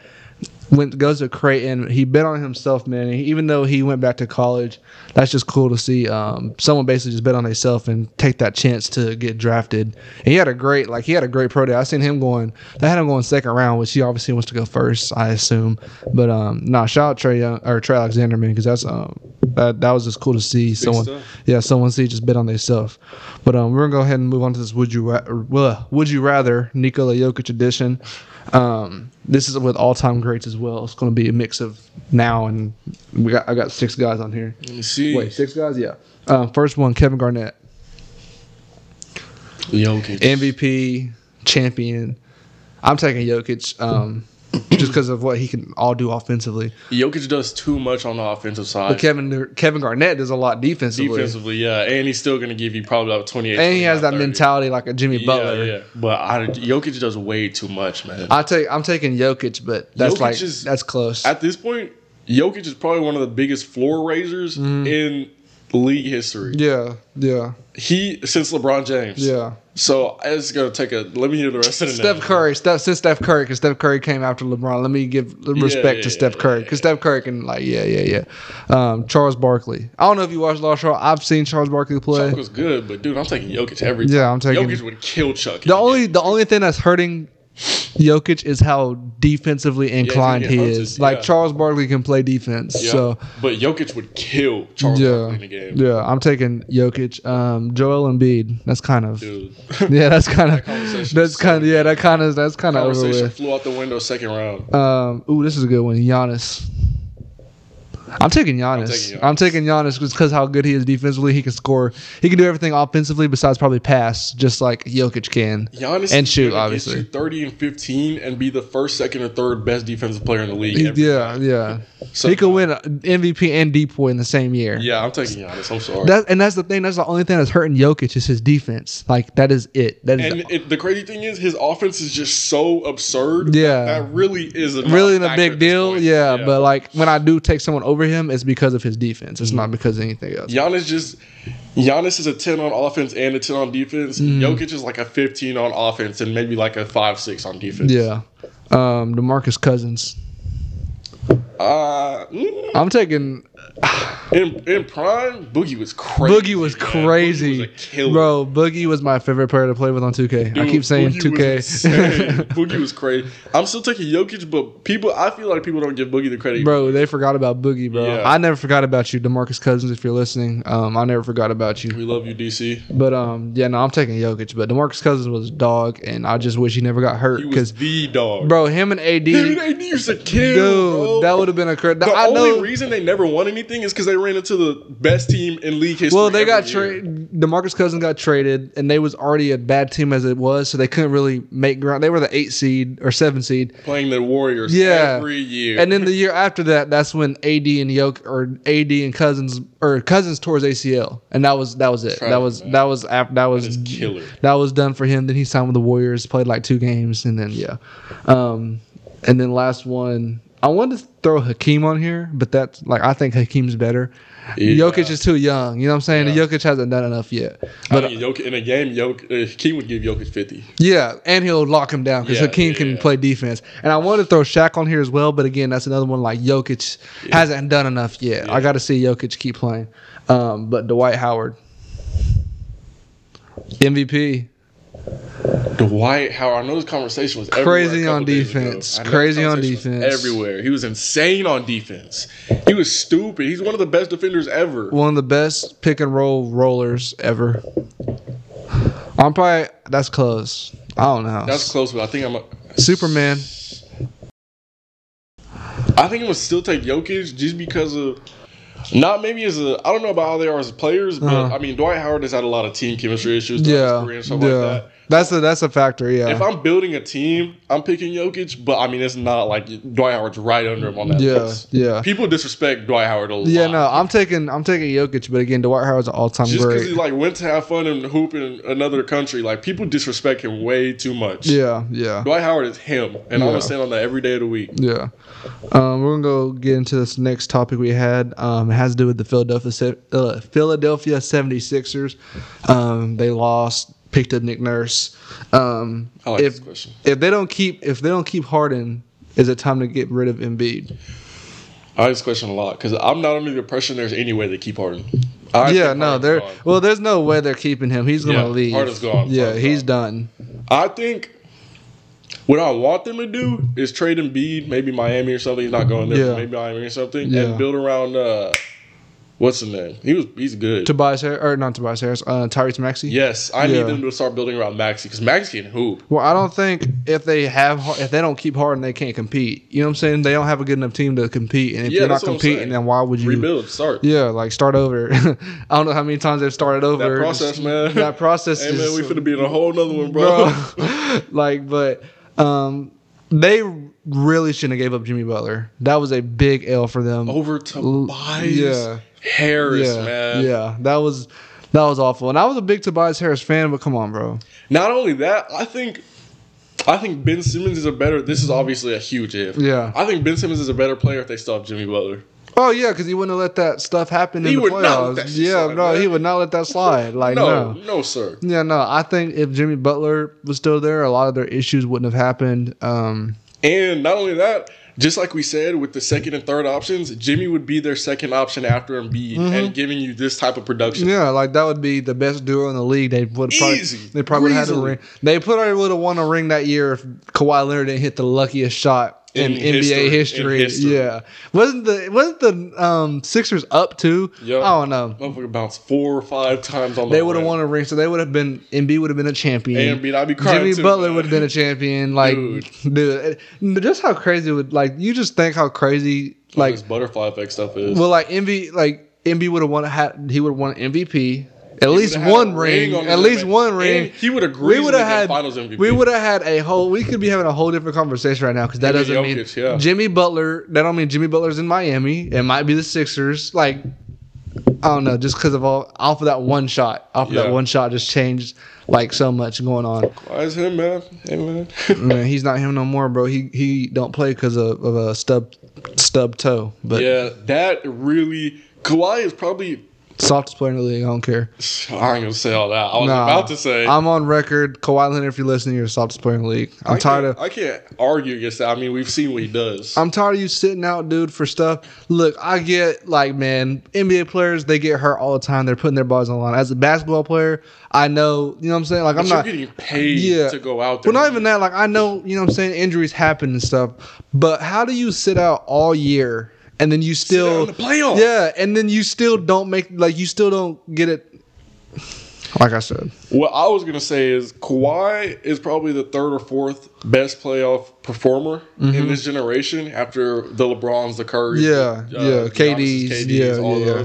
went goes to Creighton. He bet on himself, man. He, even though he went back to college, that's just cool to see. Um, someone basically just bet on himself and take that chance to get drafted. And he had a great, like he had a great pro day. I seen him going. They had him going second round, which he obviously wants to go first, I assume. But um, nah, shout out Trey Young or Trey Alexander, man, because that's um, that that was just cool to see someone.
stuff.
Yeah, someone see just bet on themselves. But um, we're gonna go ahead and move on to this. Would you ra- uh, would you rather Nikola Jokic edition? Um, this is with all time greats as well. It's gonna be a mix of now and we got I got six guys on here.
Let me see.
Wait, six guys? Yeah. Um, first one, Kevin Garnett,
Jokic.
MVP, champion. I'm taking Jokic um, just because of what he can all do offensively.
Jokic does too much on the offensive
But
side.
Kevin Kevin Garnett does a lot defensively,
Defensively, yeah, and he's still going to give you probably about 28.
and he has that
29, 30.
mentality like a Jimmy Butler.
Yeah, yeah. But I, Jokic does way too much, man.
I take I'm taking Jokic, but that's
Jokic
like
is-
that's close.
At this point, Jokic is probably one of the biggest floor raisers
Mm-hmm.
in league history.
yeah, yeah,
He since LeBron James.
yeah.
So it's gonna take a. Let me hear the rest of the
Steph
name.
Curry, Steph since Steph Curry, because Steph Curry came after LeBron. Let me give respect
yeah,
to
yeah,
Steph Curry, because Steph Curry can like yeah, yeah, yeah. Um, Charles Barkley. I don't know if you watched Lost Show. I've seen Charles Barkley play.
Chuck was good, but dude, I'm taking Jokic every.
Yeah, I'm taking-
Jokic would kill Chuck.
The only the only thing that's hurting Jokic is how defensively inclined
getting
he
hunted,
is. Like
yeah.
Charles Barkley can play defense,
Yeah.
so
but Jokic would kill Charles Barkley
yeah,
in the game.
yeah. I'm taking Jokic, um, Joel Embiid. That's kind of
Dude,
<laughs> yeah, that's kind of
conversation
that's
is
kind of yeah, that kind of that's kind of over
conversation
with.
flew out the window second round.
Um, ooh, this is a good one, Giannis. I'm taking Giannis.
taking Giannis.
I'm taking Giannis because how good he is defensively. He can score. He can do everything offensively besides probably pass, just like Jokic can.
Giannis
and
is
shoot,
gonna get
obviously.
you 30 and 15 and be the first, second, or third best defensive player in the league.
He-
every-
yeah, yeah.
<laughs> So-
he could win MVP and DPOY in the same year.
Yeah, I'm taking Giannis. I'm sorry.
That and that's the thing. That's the only thing that's hurting Jokic is his defense. Like that is it. That is
and it, the crazy thing is, his offense is just so absurd.
Yeah.
that, that really is a
really a
non-factor
big
at this
deal.
point.
Yeah, but like when I do take someone over him, it's because of his defense. It's
Mm.
not because of anything else.
Giannis just Giannis is a ten on offense and a ten on defense.
Mm-hmm.
Jokic is like a fifteen on offense and maybe like a five six on defense.
Yeah. Um, Demarcus Cousins.
Uh, mm,
I'm taking
in, in prime, Boogie was crazy.
Boogie was
man. Boogie
crazy,
was a killer.
bro. Boogie was my favorite player to play with on 2K. I
Dude,
keep saying
Boogie
<laughs>
was insane.
2K,
Boogie was crazy. I'm still taking Jokic, but people, I feel like people don't give Boogie the credit.
bro. They forgot about Boogie, bro.
Yeah.
I never forgot about you, Demarcus Cousins. If you're listening, um, I never forgot about you.
We love you, DC.
But um, yeah, no, I'm taking Jokic. But Demarcus Cousins was a dog, and I just wish he never got hurt
He
because,
was the dog.
bro, him and AD,
Dude, they used to kill. bro.
dude, that would have been a cra-
The
I
only
know.
reason they never won anything is because they ran into the best team in league history.
Well, they
every
got
year.
traded. Demarcus Cousins got traded, and they was already a bad team as it was, so they couldn't really make ground. They were the eight seed or seven seed,
playing the Warriors
Yeah.
every year.
and then the year after that, that's when AD and Yoke or AD and Cousins or Cousins tore his ACL, and that was that was it.
Tragic,
that was
man.
that was af- that was
is killer.
That was done for him. Then he signed with the Warriors, played like two games, and then yeah, um, and then last one. I wanted to throw Hakeem on here, but that's like I think Hakeem's better.
Yeah.
Jokic is too young. You know what I'm saying?
Yeah.
Jokic hasn't done enough yet.
I
But
mean, Jokic- in a game, Jokic, uh, Hakeem would give Jokic fifty.
yeah, and he'll lock him down because
Yeah,
Hakeem
yeah,
can
yeah.
play defense. And I want to throw Shaq on here as well, but again, that's another one like Jokic hasn't done enough yet. I got to see Jokic keep playing. Um, but Dwight Howard, MVP,
Dwight Howard, I know this conversation was
Crazy
everywhere a
on
couple days ago.
defense.
I know this
Crazy on
conversation was
defense.
Everywhere. He was insane on defense. He was stupid. He's one of the best defenders ever.
one of the best pick and roll rollers ever. I'm probably that's close. I don't know.
That's close, but I think I'm. A,
Superman.
I think I'm gonna still take Jokic just because of. Not maybe as a I don't know about how they are as players, but
Uh-huh.
I mean Dwight Howard has had a lot of team chemistry issues throughout his
Yeah,
career and
yeah.
stuff like that.
That's a that's a factor. Yeah.
If I'm building a team, I'm picking Jokic, but I mean it's not like Dwight Howard's right under him on that.
yeah.
list.
Yeah.
People disrespect Dwight Howard a lot.
Yeah, no, I'm taking I'm taking Jokic, but again, Dwight Howard's an all time
Just because he
great.
like went to have fun and hoop in another country, like people disrespect him way too much.
Yeah, yeah,
Dwight Howard is him, and I'm
Yeah.
gonna stand on that every day of the week.
yeah. Um, we're gonna go get into this next topic we had. Um, it has to do with the Philadelphia se- uh, Philadelphia 76ers. Um, they lost, picked up Nick Nurse. Um,
I like
if
this question.
if they don't keep if they don't keep Harden Is it time to get rid of Embiid?
I like this question a lot because I'm not under the impression there's any way they keep Harden. I
yeah,
think
no,
Harden's
there.
gone.
Well, there's no way they're keeping him. He's gonna
Yeah,
leave.
Harden's gone.
Yeah,
Harden's
he's
gone.
done.
I think what I want them to do is trade Embiid, maybe Miami or something. He's not going there.
Yeah.
Maybe Miami or something,
Yeah.
and build around. Uh, what's the name? He was. He's good.
Tobias Harris, or not Tobias Harris, uh, Tyrese Maxey.
yes, I
Yeah.
need them to start building around Maxi because Maxi can hoop.
Well, I don't think if they have Har- if they don't keep Harden, they can't compete. You know what I'm saying? They don't have a good enough team to compete, and if
Yeah,
you're not
that's what I'm
competing,
saying.
then why would you?
Rebuild, start.
Yeah, like start over. <laughs> I don't know how many times they've started over.
That process,
Just-
man.
That process
<laughs> Hey man,
is
we finna be in a whole nother one, bro.
bro. <laughs> like, but um, they really shouldn't have gave up Jimmy Butler. That was a big L for them.
<laughs> Over Tobias
yeah.
Harris,
yeah,
man.
yeah, that was that was awful. And I was a big Tobias Harris fan, but come on, bro.
Not only that, I think I think Ben Simmons is a better. This is obviously a huge if.
Yeah.
I think Ben Simmons is a better player if they stop Jimmy Butler.
Oh yeah, because he wouldn't have let that stuff happen in
He
the
would
playoffs.
not let that shit
yeah,
slide,
no,
man.
he would not let that
<laughs>
slide. Like
No,
no.
no, sir.
Yeah, no. I think if Jimmy Butler was still there, a lot of their issues wouldn't have happened. Um,
And not only that, just like we said with the second and third options, Jimmy would be their second option after Embiid and giving you this type of production.
Mm-hmm. yeah, like that would be the best duo in the league. They would probably
Easy.
they probably had a
Easily.
ring. They probably would have won a ring that year if Kawhi Leonard didn't hit the luckiest shot in, NBA
In history.
history.
In history.
Yeah, wasn't the wasn't the um, Sixers up too?
Yup.
I don't know.
Motherfucker bounced four or five times on the
They would have
rim.
won a ring, so they would have been Embiid would have been a champion.
And Embiid, I'd be crying
Jimmy
too,
Butler
man.
would have been a champion. Like,
Dude.
dude, it- just how crazy would like you just think how crazy like
this butterfly effect stuff is.
well like MV like MB would have won had he would have won MVP at least
Would've had a
one ring,
on
at
his
least
resume.
one
And
ring.
he would agree.
We
We
would have had
finals MVP.
we would have had a whole we could be having a whole different conversation right now because that
Maybe
doesn't mean
Jokic, yeah.
Jimmy Butler that don't mean Jimmy Butler's in Miami it might be the Sixers like I don't know just because of all off of that one shot off of
Yeah.
that one shot just changed like so much going on
Why is him, man? Hey, man.
man he's not him no more bro he he don't play because of, of a stub stub toe but
<laughs> yeah, that really. Kawhi is probably.
softest player in the league I don't care.
I ain't gonna say all that. I was
Nah.
about to say.
I'm on record. Kawhi Leonard, if you're listening, you're the softest player in the league. I'm
I
tired
can't-
of
I can't argue against that. I mean, we've seen what he does.
I'm tired of you sitting out, dude, for stuff. Look, I get like, man, NBA players they get hurt all the time. They're putting their bodies on the line. As a basketball player, I know, you know what I'm saying. Like, I'm
But you're
not.
getting paid
Yeah.
to go out there.
Well, not even that. Like, I know, you know what I'm saying. Injuries happen and stuff. But how do you sit out all year and then you
They're
still
in the
<laughs>
playoffs.
yeah, and then you still don't make like you still don't get it. Like I said,
What I was gonna say is Kawhi is probably the third or fourth best playoff performer
Mm-hmm.
in this generation after the LeBrons, the Curry,
Yeah,
the,
yeah,
Giannis's,
KDs, yeah, yeah, yeah.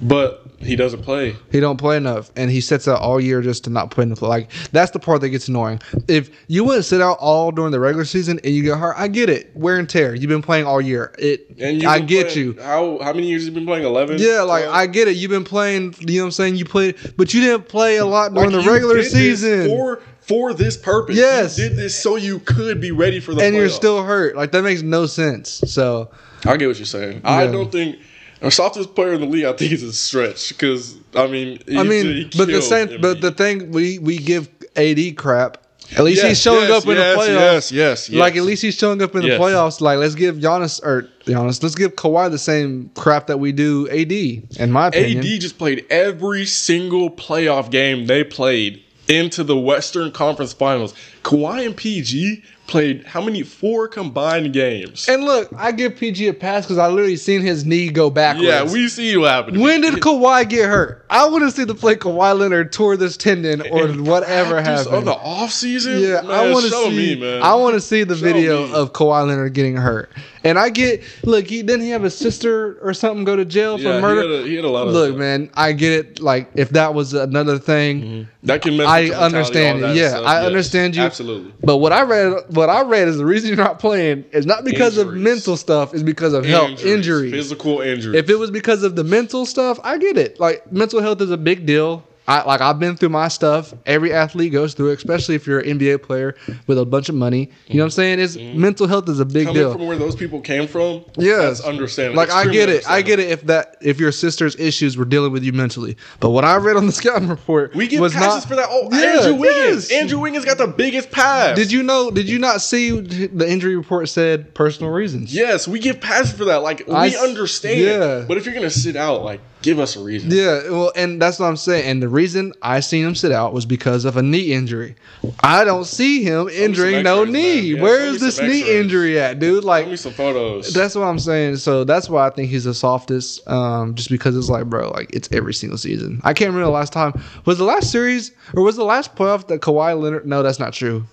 But he doesn't play.
He don't play enough, and he sits out all year just to not play enough. Like that's the part that gets annoying. If you wouldn't sit out all during the regular season and you get hurt, I get it. Wear and tear. You've been playing all year. It.
And
I
been
get
playing-
you.
How how many years you been playing? Eleven.
Yeah, like
12?
I get it. You've been playing. You know what I'm saying. You played, but you didn't play a lot during
Like,
the
you
regular
did this
season,
for for this purpose.
Yes.
you did this so you could be ready for the.
and you're
playoffs.
still hurt. Like that makes no sense. So
I get what you're saying. I
Yeah.
don't think. The softest player in the league, I think, is a stretch because I mean, he,
I
he
mean, but the
killed
same. But
Embiid.
the thing we we give AD crap. At least he's
Yes,
showing
yes,
up in
yes,
the playoffs.
Yes, yes, yes.
Like at least he's showing up in the
Yes.
playoffs. Like let's give Giannis or Giannis, let's give Kawhi the same crap that we do AD. In my opinion,
AD just played every single playoff game they played into the Western Conference Finals. Kawhi and PG played how many? Four combined games.
And look, I give PG a pass because I literally seen his knee go backwards.
yeah, we see what happened.
When did Kawhi get hurt? I want to see the play Kawhi Leonard tore this tendon or
In
whatever
practice
happened.
on the offseason?
Yeah,
man,
I want to
show
see.
me, man.
I want to see the
Show
video
me.
of Kawhi Leonard getting hurt. And I get look. He didn't he have his sister or something go to jail for
yeah,
murder?
He had, a, he had a lot of
look, man, I get it. Like if that was another thing,
That can mess. with
I
your mentality,
understand
all
it.
that
Yeah,
stuff.
I
Yes,
understand you.
absolutely.
But what I read, what I read is the reason you're not playing is not because of
Injuries.
mental stuff, is because of health injuries.
physical injuries.
If it was because of the mental stuff, I get it. Like mental health is a big deal. I like I've been through my stuff. Every athlete goes through it, especially if you're an NBA player with a bunch of money. You know what I'm saying? Is mental health is a big
Coming
deal.
from where those people came from,
Yes.
that's understandable.
Like I get it. I get it if that if your sister's issues were dealing with you mentally. But what I read on the <laughs> scouting report
We get
was
passes
not,
for that. Oh,
Yeah,
Andrew Wiggins.
yes.
Andrew Wiggins got the biggest pass.
Did you know? Did you not see the injury report said personal reasons?
Yes, we get passes for that. Like we
I s-
understand.
yeah.
But if you're gonna sit out, like give us a reason.
Yeah, well, and that's what I'm saying. And the reason I seen him sit out was because of a knee injury. I don't see him injuring no
x-rays, man.
knee.
Yeah,
Where
show me
is this
some
knee
x-rays.
injury at, dude?
Give me
Like,
some photos.
that's what I'm saying. So that's why I think he's the softest, um, just because it's like, bro, like it's every single season. I can't remember the last time. Was the last series or was the last playoff that Kawhi Leonard? No, that's not true.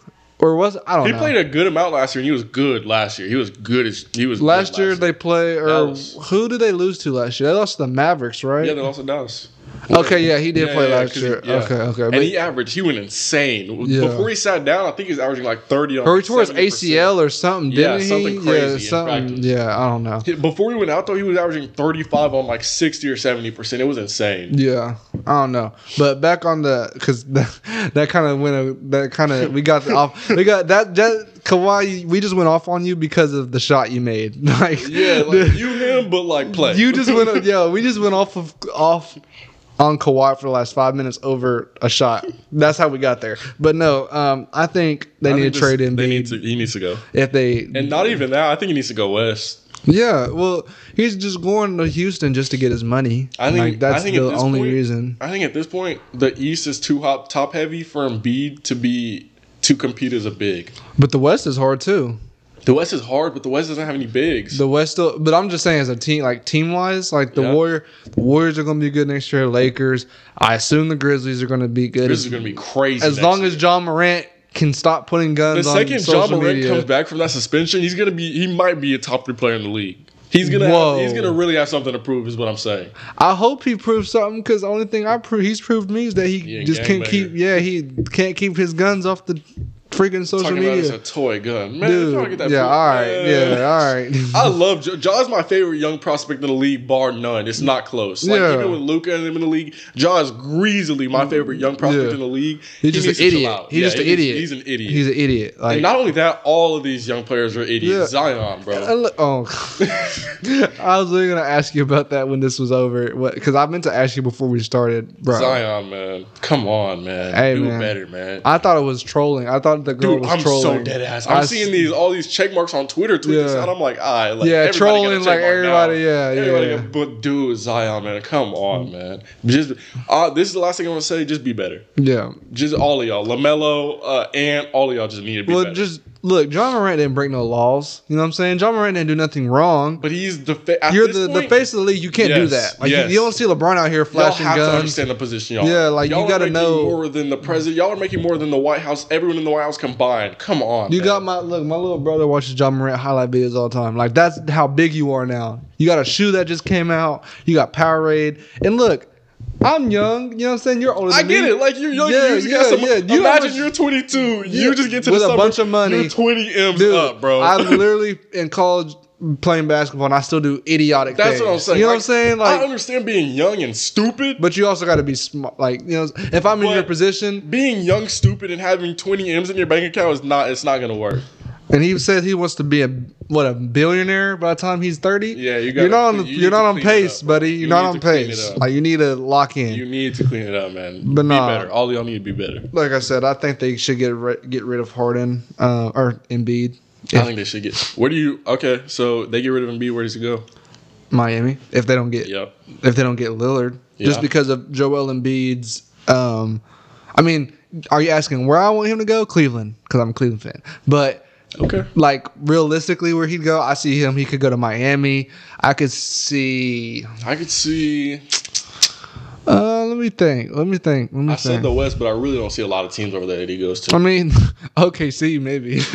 Or was I don't
he
know.
played a good amount last year, and he was good last year. He was good as he was. good
last year they play or
Dallas.
who did they lose to last year? They lost to the Mavericks, right?
yeah, they lost to Dallas.
Okay, yeah, he did play last
'cause
year. Okay, okay.
And
But-
he averaged. He went insane
Yeah.
before he sat down. I think he was averaging like thirty. on
Or he tore his
70%.
ACL or something,
Yeah,
didn't
something
he?
crazy in
yeah, something.
practice.
Yeah, I don't know.
Before he went out though, he was averaging thirty-five on like sixty or seventy percent. It was insane.
Yeah, I don't know. But back on the because <laughs> that, that kind of went a, that kind of we got the off we got that that Kawhi we just went off on you because of the shot you made. <laughs> Like
Yeah, like you him, but like play.
<laughs> you just went yo we just went off of off on Kawhi for the last five minutes over a shot. That's how we got there. But no, um, I think they
I
need
think
to
this-
trade in
They need to. He needs to go.
if they
And not even that. I think he needs to go west.
Yeah, well, he's just going to Houston just to get his money.
I think
like, that's
I think at
the
this
only
point-
reason.
I think at this point the East is too hot, top heavy for Embiid to be to compete as a big.
But the West is hard too.
The West is hard, but the West doesn't have any bigs.
The West, still, but I'm just saying as a team, like team wise, like the
Yeah.
Warrior, the Warriors are going to be good next year. Lakers, I assume the Grizzlies are going to be good.
this
as-
is going to be crazy.
as
next
long
year.
as John Morant can stop putting guns
the
on
second
social
John Morant
media.
comes back from that suspension, he's going to be he might be a top three player in the league. He's gonna
Whoa.
have, he's gonna really have something to prove, is what I'm saying.
I hope he proves something because the only thing I pro- he's proved me is that he
Yeah,
just can't
gangbanger.
keep. Yeah, he can't keep his guns off the freaking social
Talking about it's a
media.
toy gun, man. if y'all get
Dude,
that
yeah,
fool-
all right,
man.
yeah, all
<laughs>
right. <laughs>
I love Ja. Ja's my favorite young prospect in the league, bar none. It's not close. Like
Yeah.
even with Luca and them in the league, Ja is greasily my favorite young prospect
Yeah.
in the league.
He's just
needs
an
to chill
idiot.
out.
He's
Yeah,
just an
he needs-
idiot.
He's an idiot.
He's an idiot. Like,
and not only that, all of these young players are idiots. Zion,
I
bro.
lo- oh, <laughs> I was really gonna ask you about that when this was over, because I meant to ask you before we started, bro.
Zion, man. Come on, man.
Hey,
Do
man.
better, man.
I thought it was trolling. I thought the girl
Dude,
was
I'm
trolling.
so dead ass. I'm
I s-
seeing these all these check marks on Twitter tweeting this
Yeah.
out. I'm like, ah, like
Yeah,
everybody got a
trolling,
check
like,
mark
everybody, yeah, yeah,
Everybody
yeah. Mm.
got- but dude, Zion, man, come on, man. Just uh, this is the last thing I'm gonna say. Just be better.
Yeah.
Just all of y'all, Lamelo, uh, and all of y'all just need to be
Well,
better.
just look. John Morant didn't break no laws. You know what I'm saying? John Morant didn't do nothing wrong.
but he's the fa- at
You're
this
the, the
point,
face of the league. You can't do
Yes,
that. Like
yes.
you, you don't see LeBron out here
Y'all
flashing
have to
guns.
understand the position, y'all.
Yeah, like, you
y'all are
gotta
making
know-
more than the president. Y'all are making more than the White House. Everyone in the White House combined. Come on,
You
man.
got my look. My little brother watches John Morant highlight videos all the time. Like that's how big you are now. You got a shoe that just came out. You got Powerade. And look, I'm young. You know what I'm saying? You're older. Than
I get
me.
it. Like you're young,
Yeah,
you just
yeah,
got some.
yeah. You
imagine
almost-
you're 22.
Yeah.
You just get to
With
the
a
summer,
bunch of money.
You're 20 m's
Dude,
up, bro. <laughs>
I literally in college playing basketball, and I still do idiotic.
That's
things.
what I'm saying.
You know
Like,
what I'm saying?
I
Like,
understand being young and stupid.
but you also got to be smart. Like, you know, if I'm in
But-
your position,
being young, stupid, and having 20 m's in your bank account is not. It's not gonna work.
and he says he wants to be a what a billionaire by the time he's 30.
Yeah, you
are
gotta
not on
cle-
the,
you
you are
need
not
to
on
clean it
pace,
up, bro.
buddy. You're
You
not
need
on
to clean it
pace.
up.
Like, you need to lock in.
You need to clean it up, man.
But
be
nah.
better. All y'all need to be better.
like I said, I think they should get ri- get rid of Harden uh, or Embiid.
I think they should get. Where do you? Okay, so they get rid of Embiid. Where does he go?
Miami if they don't get
Yep.
if they don't get Lillard just
Yeah.
because of Joel Embiid's. Um, I mean, are you asking where I want him to go? Cleveland, because I'm a Cleveland fan. But
Okay.
like realistically, where he'd go, I see him. He could go to Miami. I could see.
I could see.
Uh, let me think. Let me think. Let me
I
think.
said the West, but I really don't see a lot of teams over there that he goes
I
to.
mean, <laughs> OKC maybe <laughs> if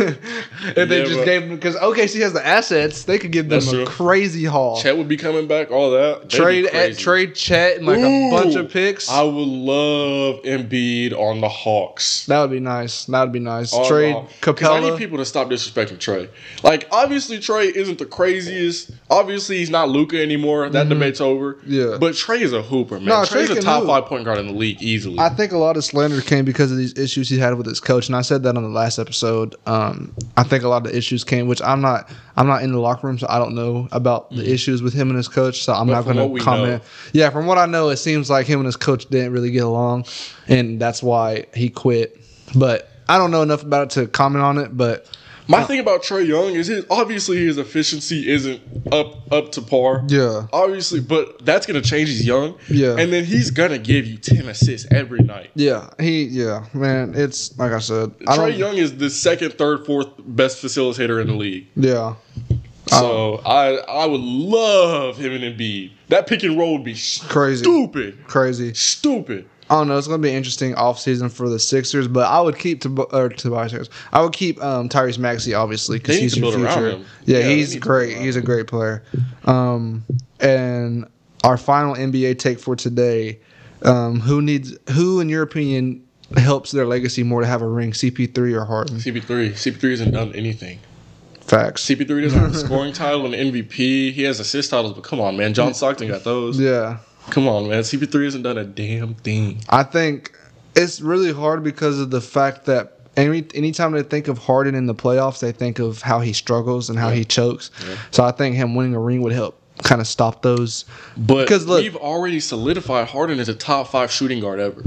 they
Yeah,
just
bro.
gave him because OKC has the assets, they could give them
That's
a
true.
crazy haul.
Chet would be coming back. All that They'd be
trade at,
crazy.
trade Chet and like a
Ooh,
bunch of picks.
I would love Embiid on the Hawks.
that would be nice. That would be nice.
On the
trade
Hawks. Oh, 'Cause I
Capella.
need people to stop disrespecting Trey. Like, obviously, Trey isn't the craziest. Obviously, he's not Luca anymore. That debate's over.
Mm-hmm. Yeah.
But Trey is a hooper, man.
No, Trey
Trey's a
can
top
hoop.
top five point guard in the league easily.
I think a lot of slander came because of these issues he had with his coach, and I said that on the last episode. Um, I think a lot of the issues came, which I'm not, I'm not in the locker room, so I don't know about the issues with him and his coach. So I'm
Mm-hmm. But
not
from
going
what we
to comment. Yeah, from what I know, it seems like him and his coach didn't really get along, and that's why he quit. But I don't know enough about it to comment on it. But
My thing about Trey Young is his obviously his efficiency isn't up up to par.
yeah,
Obviously, but that's gonna change. He's young.
Yeah.
And then he's gonna give you ten assists every night.
yeah, he, yeah, man, it's like I said, I
Trey
don't,
Young is the second, third, fourth best facilitator in the league.
yeah. Um,
So I I would love him and Embiid. That pick and roll would be
Crazy.
stupid,
Crazy.
stupid.
I don't know. It's going to be an interesting offseason for the Sixers, but I would keep to or Tobias Harris. I would keep um, Tyrese Maxey obviously
They
because
need
he's
to
your
build around
future.
him.
Yeah,
Yeah, they need
he's
to
great.
build
He's a great player. Um, and our final NBA take for today: um, Who needs? Who, in your opinion, helps their legacy more to have a ring? CP3 or Harden?
CP3, CP3 hasn't done anything.
Facts.
CP3 doesn't
<laughs>
have a scoring title and MVP. He has assist titles, but come on, man. John Stockton got those.
yeah,
Come on, man. CP3 hasn't done a damn thing.
I think it's really hard because of the fact that. Any anytime they think of Harden in the playoffs, they think of how he struggles and how he chokes. So I think him winning a ring would help kind of stop those.
But
'Cause look-
we've already solidified Harden as a top five shooting guard ever.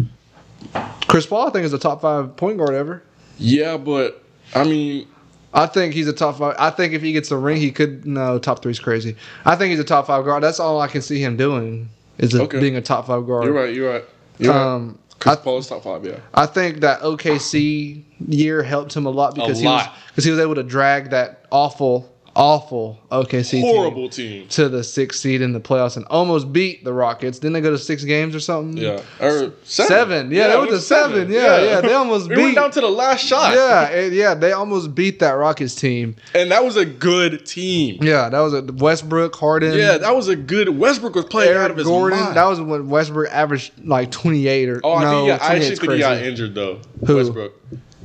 Chris Paul, I think, is a top five point guard ever.
Yeah, but I mean,
I think he's a top five. I think if he gets a ring, he could. No, top three's crazy. I think he's a top five guard. That's all I can see him doing is a-
Okay.
being a top five guard.
you're right. You're right. You're right.
Um,
Chris
I-
Paul is top five. Yeah.
I think that OKC year helped him a lot because he was
lot.
because he was able to drag that awful, awful OKC team
Horrible team.
to the sixth seed in the playoffs and almost beat the Rockets. Didn't they go to six games or something?
Yeah. Or seven.
Seven. Yeah,
it
that was a seven. Yeah, yeah, they almost
<laughs> we
beat-
went down to the last shot.
Yeah, it- yeah, they almost beat that Rockets team.
And that was a good team.
Yeah, that was a Westbrook, Harden,
Yeah, that was a good. Westbrook was playing out of
Eric
his
Gordon.
mind.
That was when Westbrook averaged like twenty eight or
oh, I,
no,
think, yeah, I
28
actually
's
think he got
crazy.
injured though.
Who?
Westbrook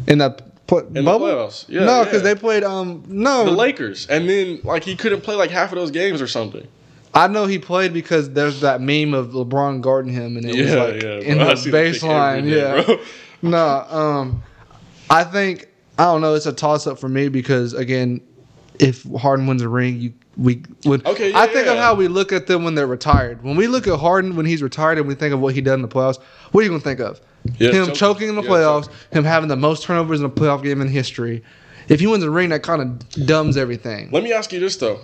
in the, pl-
in
bubble.
the playoffs. Yeah,
no, because
yeah.
they played. Um, no,
the Lakers, and then like he couldn't play like half of those games or something.
I know he played because there's that meme of LeBron guarding him, and it was
yeah,
like
yeah.
in
bro. I
the
see that pic every
baseline.
day,
Yeah, <laughs>
bro.
no, um, I think I don't know. It's a toss up for me because again, if Harden wins a ring, you we would.
Okay,
I
yeah,
think of
yeah.
how we look at them when they're retired. When we look at Harden when he's retired and we think of what he did in the playoffs, what are you gonna think of?
Yeah,
him
choking.
choking, in the
Yeah,
playoffs, him having the most turnovers in a playoff game in history. If he wins a ring, that kind of dumbs everything.
Let me ask you this though: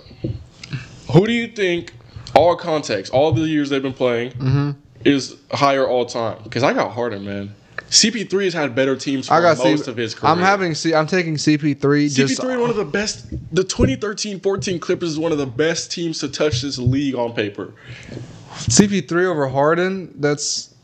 Who do you think, all context, all the years they've been playing,
Mm-hmm.
is higher all time? Because I got Harden, man. CP3 has had better teams for
I got
most
C-
of his career.
I'm having C. I'm taking CP3. just,
CP3 one of the best. The 2013-14 Clippers is one of the best teams to touch this league on paper.
uh, CP3 over Harden. That's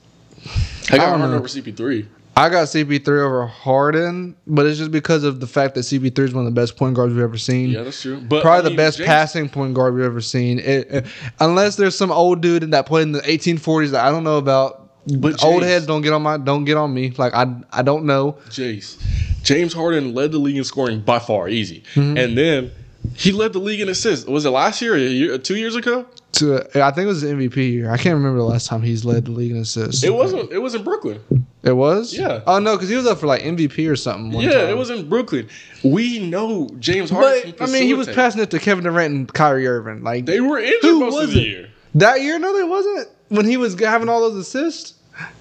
I
I
got
don't
Harden
know.
over CP3.
I got CP3 over Harden, but it's just because of the fact that CP3 is one of the best point guards we've ever seen.
Yeah, that's true. But
Probably
I mean,
the best
James-
passing point guard we've ever seen. It, it- unless there's some old dude in that played in the 1840s that I don't know about.
But
old
James-
heads don't get on my don't get on me. Like I I don't know.
Jace. James Harden led the league in scoring by far, easy.
Mm-hmm.
And then he led the league in assists. Was it last year? or a year- two years ago?
To I think it was the MVP year. I can't remember the last time he's led the league in assists.
It wasn't. It was in Brooklyn.
It was.
Yeah.
Oh no, because he was up for like MVP or something. One
yeah,
time.
it was in Brooklyn. We know James Harden.
But I mean, he was
facilitate.
passing it to Kevin Durant and Kyrie Irving. Like
They were injured
Who
most
was
of the
it?
year.
That year, no, they wasn't. When he was having all those assists,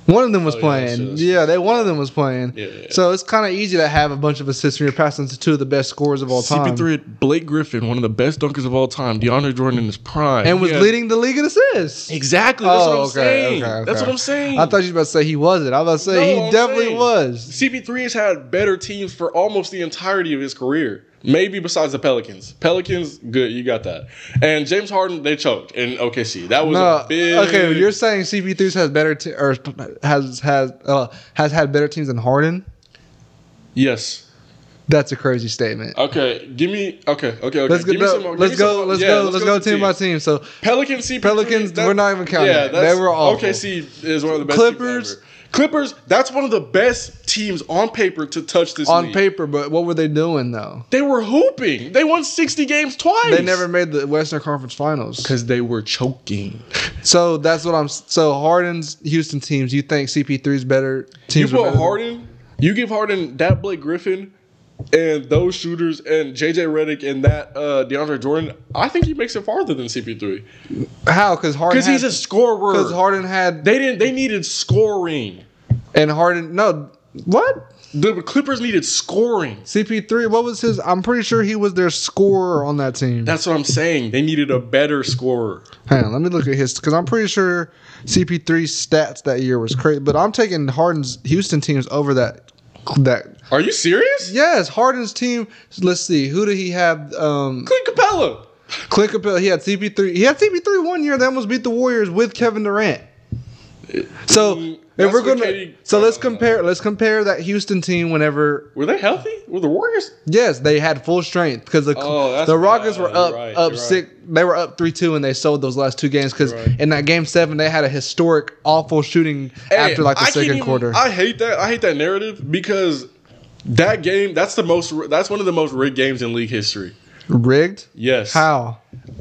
one of them was
Oh, yeah,
playing.
that's true.
Yeah, they one of them was playing.
Yeah, yeah.
So it's kind of easy to have a bunch of assists when you're passing to two of the best scorers of all time.
CP3, had Blake Griffin, one of the best dunkers of all time, DeAndre Jordan in his prime,
and was
Yeah.
leading the league in assists.
Exactly. That's what I'm
Oh, okay,
saying.
okay,
That's
okay.
what I'm saying.
I thought you were about to say he wasn't. I was about to say
No,
he
I'm
definitely
saying
was.
CP3 has had better teams for almost the entirety of his career. Maybe besides the Pelicans. Pelicans, good, you got that. And James Harden, they choked in OKC. That was
No,
a big.
okay. You're saying CP3 has better te- or has has uh, has had better teams than Harden.
yes.
That's a crazy statement.
Okay, give me. Okay, okay, okay.
Let's go.
give me
no,
some,
let's,
give me
go
some-
let's
yeah,
go. Let's go.
to
Team by team. So
Pelicans, see
Pelicans, we're not even counting that. They were awful.
OKC is one of the best teams
Clippers-
ever. Clippers, that's one of the best teams on paper to touch this.
on
league.
paper, but what were they doing though?
they were hooping. They won sixty games twice.
They never made the Western Conference Finals.
because they were choking.
So that's what I'm. So Harden's Houston teams. You think CP3's better?
You
Teams are
put
better?
Harden, you give Harden that Blake Griffin and those shooters and JJ Redick and that uh, DeAndre Jordan. I think he makes it farther than CP3
How? Because Harden.
because he's a scorer.
Because Harden had
they didn't. They needed scoring.
and Harden. No, what?
The Clippers needed scoring.
CP3. What was his? I'm pretty sure he was their scorer on that team.
That's what I'm saying. They needed a better scorer.
Hang on, let me look at his because I'm pretty sure CP3's stats that year was crazy. But I'm taking Harden's Houston teams over that. That
Are you serious?
yes, Harden's team. Let's see, who did he have? Um,
Clint Capella.
Clint Capella. He had CP3. He had CP3 one year. They almost beat the Warriors with Kevin Durant. So
Mm,
if
that's
we're
what
gonna,
Katie-
so let's
uh,
compare. Let's compare that Houston team. Whenever
Were they healthy? Were the Warriors?
yes, they had full strength because the
Oh, that's
the Rockets
bad.
were up
You're right,
up
you're
six. They were up three two, and they sold those last two games because
You're right.
in that game seven they had a historic awful shooting after
Hey,
like the
I can't
second
even-
quarter.
I hate that. I hate that narrative because that game. That's the most. That's one of the most rigged games in league history.
Rigged?
Yes.
How?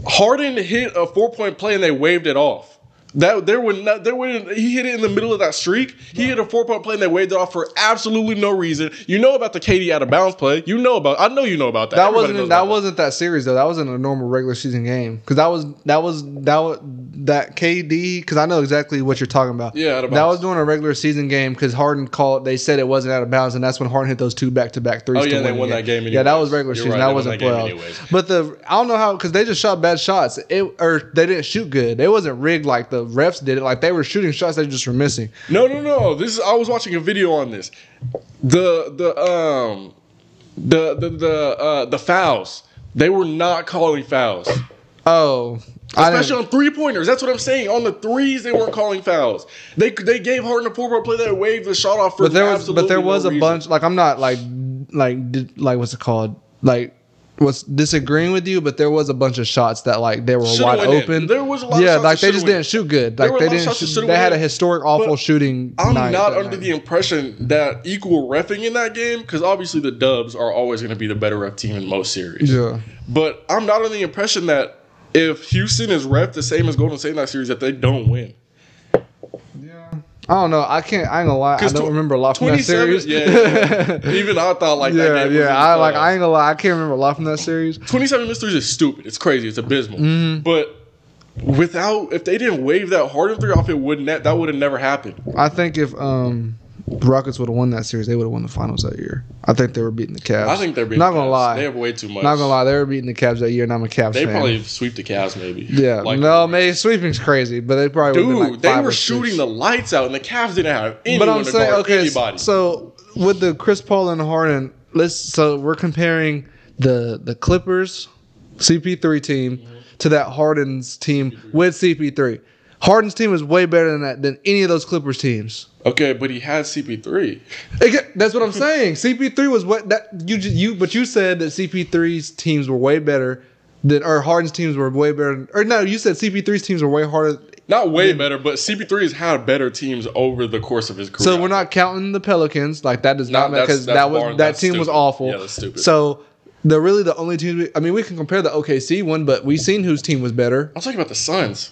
Harden hit a four point play and they waved it off. That there would not there would he hit it in the middle of that streak. He hit a four point play and they waved it off for absolutely no reason. You know about the KD out of bounds play. You know about I know you know about that.
That
Everybody knows
wasn't
about
that wasn't that series though. That wasn't a normal regular season game because that was that was that was, that KD because I know exactly what you're talking about.
Yeah, out of
that
bounds.
was during a regular season game because Harden called. They said it wasn't out of bounds, and that's when Harden hit those two back to back threes.
Oh, yeah,
to
they
win
won
the
that game
Yeah, that
anyways.
was regular
You're
season.
right,
that
they won
wasn't
that game
playoffs.
anyways.
But the I don't know how because they just shot bad shots. It or they didn't shoot good. It wasn't rigged like the refs did it. Like they were shooting shots they just were missing.
No, no, no. This is I was watching a video on this. The the um the the the uh the fouls. They were not calling fouls.
Oh, I didn't-
Especially on three pointers. That's what I'm saying. On the threes, they weren't calling fouls. They they gave Harden a four point play that waved the shot off for
but there was but there
absolutely
was
no
a
reason.
bunch like i'm not like like di- like what's it called like was disagreeing with you but there was a bunch of shots that like they were
Shoulda
wide
went in.
open
There was a lot of
yeah
shots
like
that
they
shoulda
just
went in.
didn't shoot good
There
like
were a
they
lot of
didn't
shots that
shoot-
shoulda
they
went
had a
in.
historic awful
But
shooting
I'm
night
not
that
under
night.
the impression that equal refing in that game, because obviously the Dubs are always going to be the better ref team in most series.
yeah
But I'm not under the impression that if Houston is ref the same as Golden State in that series, that they don't win.
I don't know. I can't. I ain't gonna lie. I
'Cause
don't
tw-
remember a lot from that <laughs>
27
series.
yeah, yeah, Even I thought like that
yeah,
game. was in
yeah.
the
I like. I
playoffs.
ain't gonna lie. I can't remember a lot from that series.
27 missed threes is stupid. It's crazy. It's abysmal.
Mm-hmm.
But without if they didn't wave that Harden three off, it wouldn't that, that would have never happened.
I think if um the Rockets would have won that series, they would have won the finals that year. I think they were beating the Cavs.
I think they're being
not gonna lie.
They have way too much.
Not gonna lie, they were beating the Cavs that year, and I'm a Cavs
They
fan.
probably sweep the Cavs maybe.
yeah,
<laughs> Like,
no, man, sweeping's crazy, but they probably would've
Dude,
been like
they
five
were
or six.
shooting the lights out, and the Cavs didn't have anyone
But I'm
to
saying,
guard
okay,
anybody.
so with the Chris Paul and Harden, let's so we're comparing the the Clippers CP3 team
Mm-hmm.
to that Harden's team with CP3. Harden's team is way better than that than any of those Clippers teams.
okay, but he had CP3.
Again, that's
<laughs>
what I'm saying. CP3 was what that you ju- you but you said that CP3's teams were way better than or Harden's teams were way better or no, you said CP3's teams were way harder.
Not way better, but CP3 has had better teams over the course of his career.
So we're not counting the Pelicans like that does
No,
not matter
that's-
because
that's
that was
boring.
that
That's
team was
stupid.
awful.
Yeah, that's stupid.
So they're really the only team. We, I mean, we can compare the OKC one, but we seen whose team was better,
I'm talking about the Suns.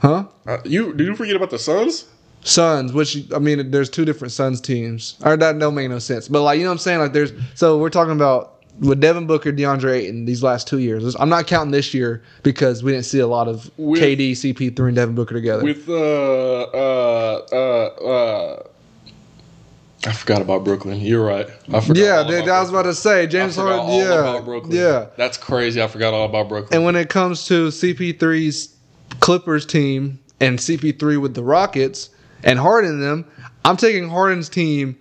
huh?
Uh, you did you forget about the Suns?
Suns, which I mean, there's two different Suns teams. Or that don't make no sense. But like you know what I'm saying? Like there's so we're talking about with Devin Booker, DeAndre Ayton these last two years. I'm not counting this year because we didn't see a lot of
With-
KD, CP3, and Devin Booker together.
With uh uh uh uh I forgot about Brooklyn. You're right. I forgot.
yeah,
all
dude, I was about to say James
I forgot
Harden.
all
Yeah,
about Brooklyn.
yeah.
That's crazy. I forgot all about Brooklyn.
And when it comes to CP3's Clippers team and CP3 with the Rockets and Harden them, I'm taking Harden's team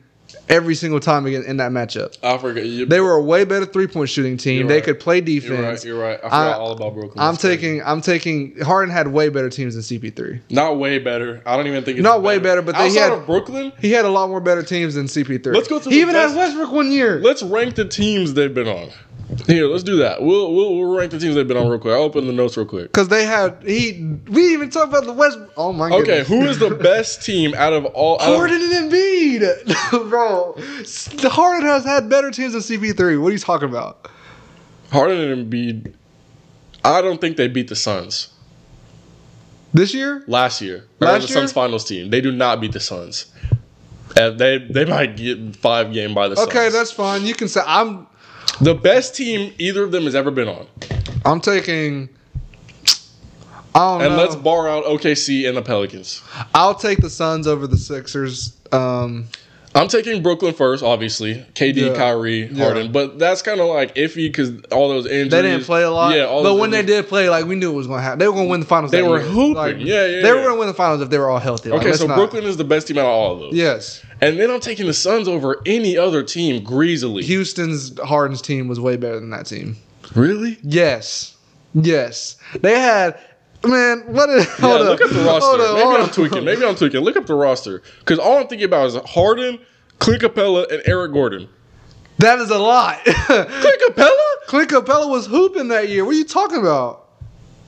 every single time again in that matchup.
I forgot. You,
They were a way better three point shooting team.
You're
they
right.
could play
You're right.
defense.
You're right. I
I-
forgot all about Brooklyn.
I'm
That's crazy.
taking. I'm taking. Harden had way better teams than CP3.
not way better. I don't even think it's
Not way better, but they
outside
had-
of Brooklyn,
He had a lot more better teams than CP3.
Let's go through
He
the
even had
best-
Westbrook one year.
let's rank the teams they've been on. Here, let's do that. We'll we'll, we'll rank the teams they've been on real quick. I'll open the notes real quick.
Because they had he. We even talked about the West. Oh my.
Okay,
goodness.
who is the best team out of all? out of-
Harden and Embiid, <laughs> bro. S- Harden has had better teams than CP3. What are you talking about?
Harden and Embiid. I don't think they beat the Suns
This year,
last year. Or
Last
the
year?
Suns finals team. They do not beat the Suns. And they they might get five game by the Suns.
okay, that's fine. You can say I'm.
the best team either of them has ever been on.
I'm taking. I don't
And
know.
let's bar out OKC and the Pelicans.
I'll take the Suns over the Sixers. Um,
I'm taking Brooklyn first, obviously. KD,
Yeah.
Kyrie,
Yeah.
Harden, but that's kind of like iffy because all those injuries.
they didn't play a lot.
Yeah, all
but
those
when they
injuries-
did play, like we knew it was going to happen. They were going to win the finals.
They
that
were
year.
hooping.
Like,
Yeah, yeah,
They were
yeah.
going to win the finals if they were all healthy. Like,
Okay,
let's
so
not-
Brooklyn is the best team out of all of those.
Yes,
And then I'm taking the Suns over any other team greasily.
Houston's Harden's team was way better than that team.
really?
Yes, yes, they had. Man, what is?
Yeah,
Hold up.
look at the roster.
Hold up,
Maybe
hold
I'm
up.
tweaking. Maybe I'm tweaking. Look up the roster because all I'm thinking about is Harden, Clint Capella, and Eric Gordon.
<laughs> That is a lot. <laughs>
Clint Capella?
Clint Capella was hooping that year. What are you talking about?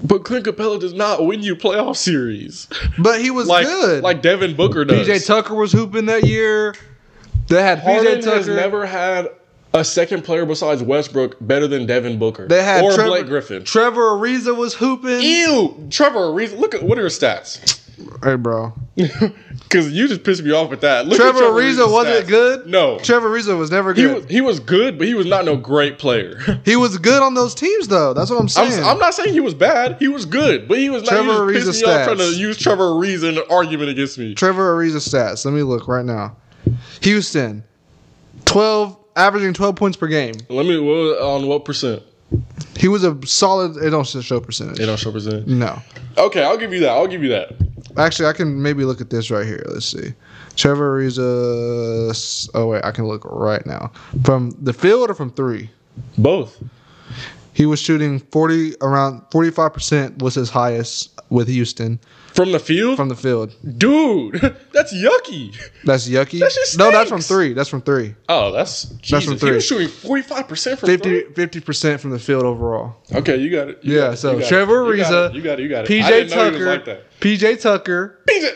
But Clint Capella does not win you playoff series
But he was
like
good.
like Devin Booker does.
PJ Tucker was hooping that year. They had
Harden
PJ Tucker.
has never had a second player besides Westbrook better than Devin Booker.
they had
or
Trevor,
Blake Griffin.
Trevor Ariza was hooping.
Ew, Trevor Ariza. Look at what are his stats? <laughs>
Hey, bro.
Because you just pissed me off with that. Look at
Trevor Ariza
Ariza's
wasn't
stats.
good.
No,
Trevor Ariza was never
he
good.
was he was good, but he was not no great player. <laughs>
good on those teams, though. That's what I'm
I'm,
saying.
I'm not saying he was bad. He was good, but he was not.
Trevor
he was
Ariza's
pissing me off trying
stats.
to use Trevor Ariza in an argument against me.
Trevor Ariza stats. Let me look right now. Houston, twelve, averaging twelve points per game.
Let me what, on what percent?
He was a solid. It don't show percentage.
They don't show percent.
No,
Okay, I'll give you that. I'll give you that.
actually, I can maybe look at this right here. Let's see. Trevor Ariza. Oh wait, I can look right now from the field or from three.
Both.
He was shooting forty around forty five percent was his highest with Houston
From the field?
from the field.
Dude, <laughs> that's yucky.
That's yucky.
That shit
no, that's from
stinks.
three. That's from three.
Oh, that's Jesus.
from
He
three.
was shooting forty five percent from
50
three.
percent from the field overall.
Okay, you got it. You
Yeah,
got it.
so
You got
Trevor
it. You got it.
Ariza,
You got it. You got it. I
PJ
didn't know he was
Tucker.
like that.
PJ Tucker.
PJ.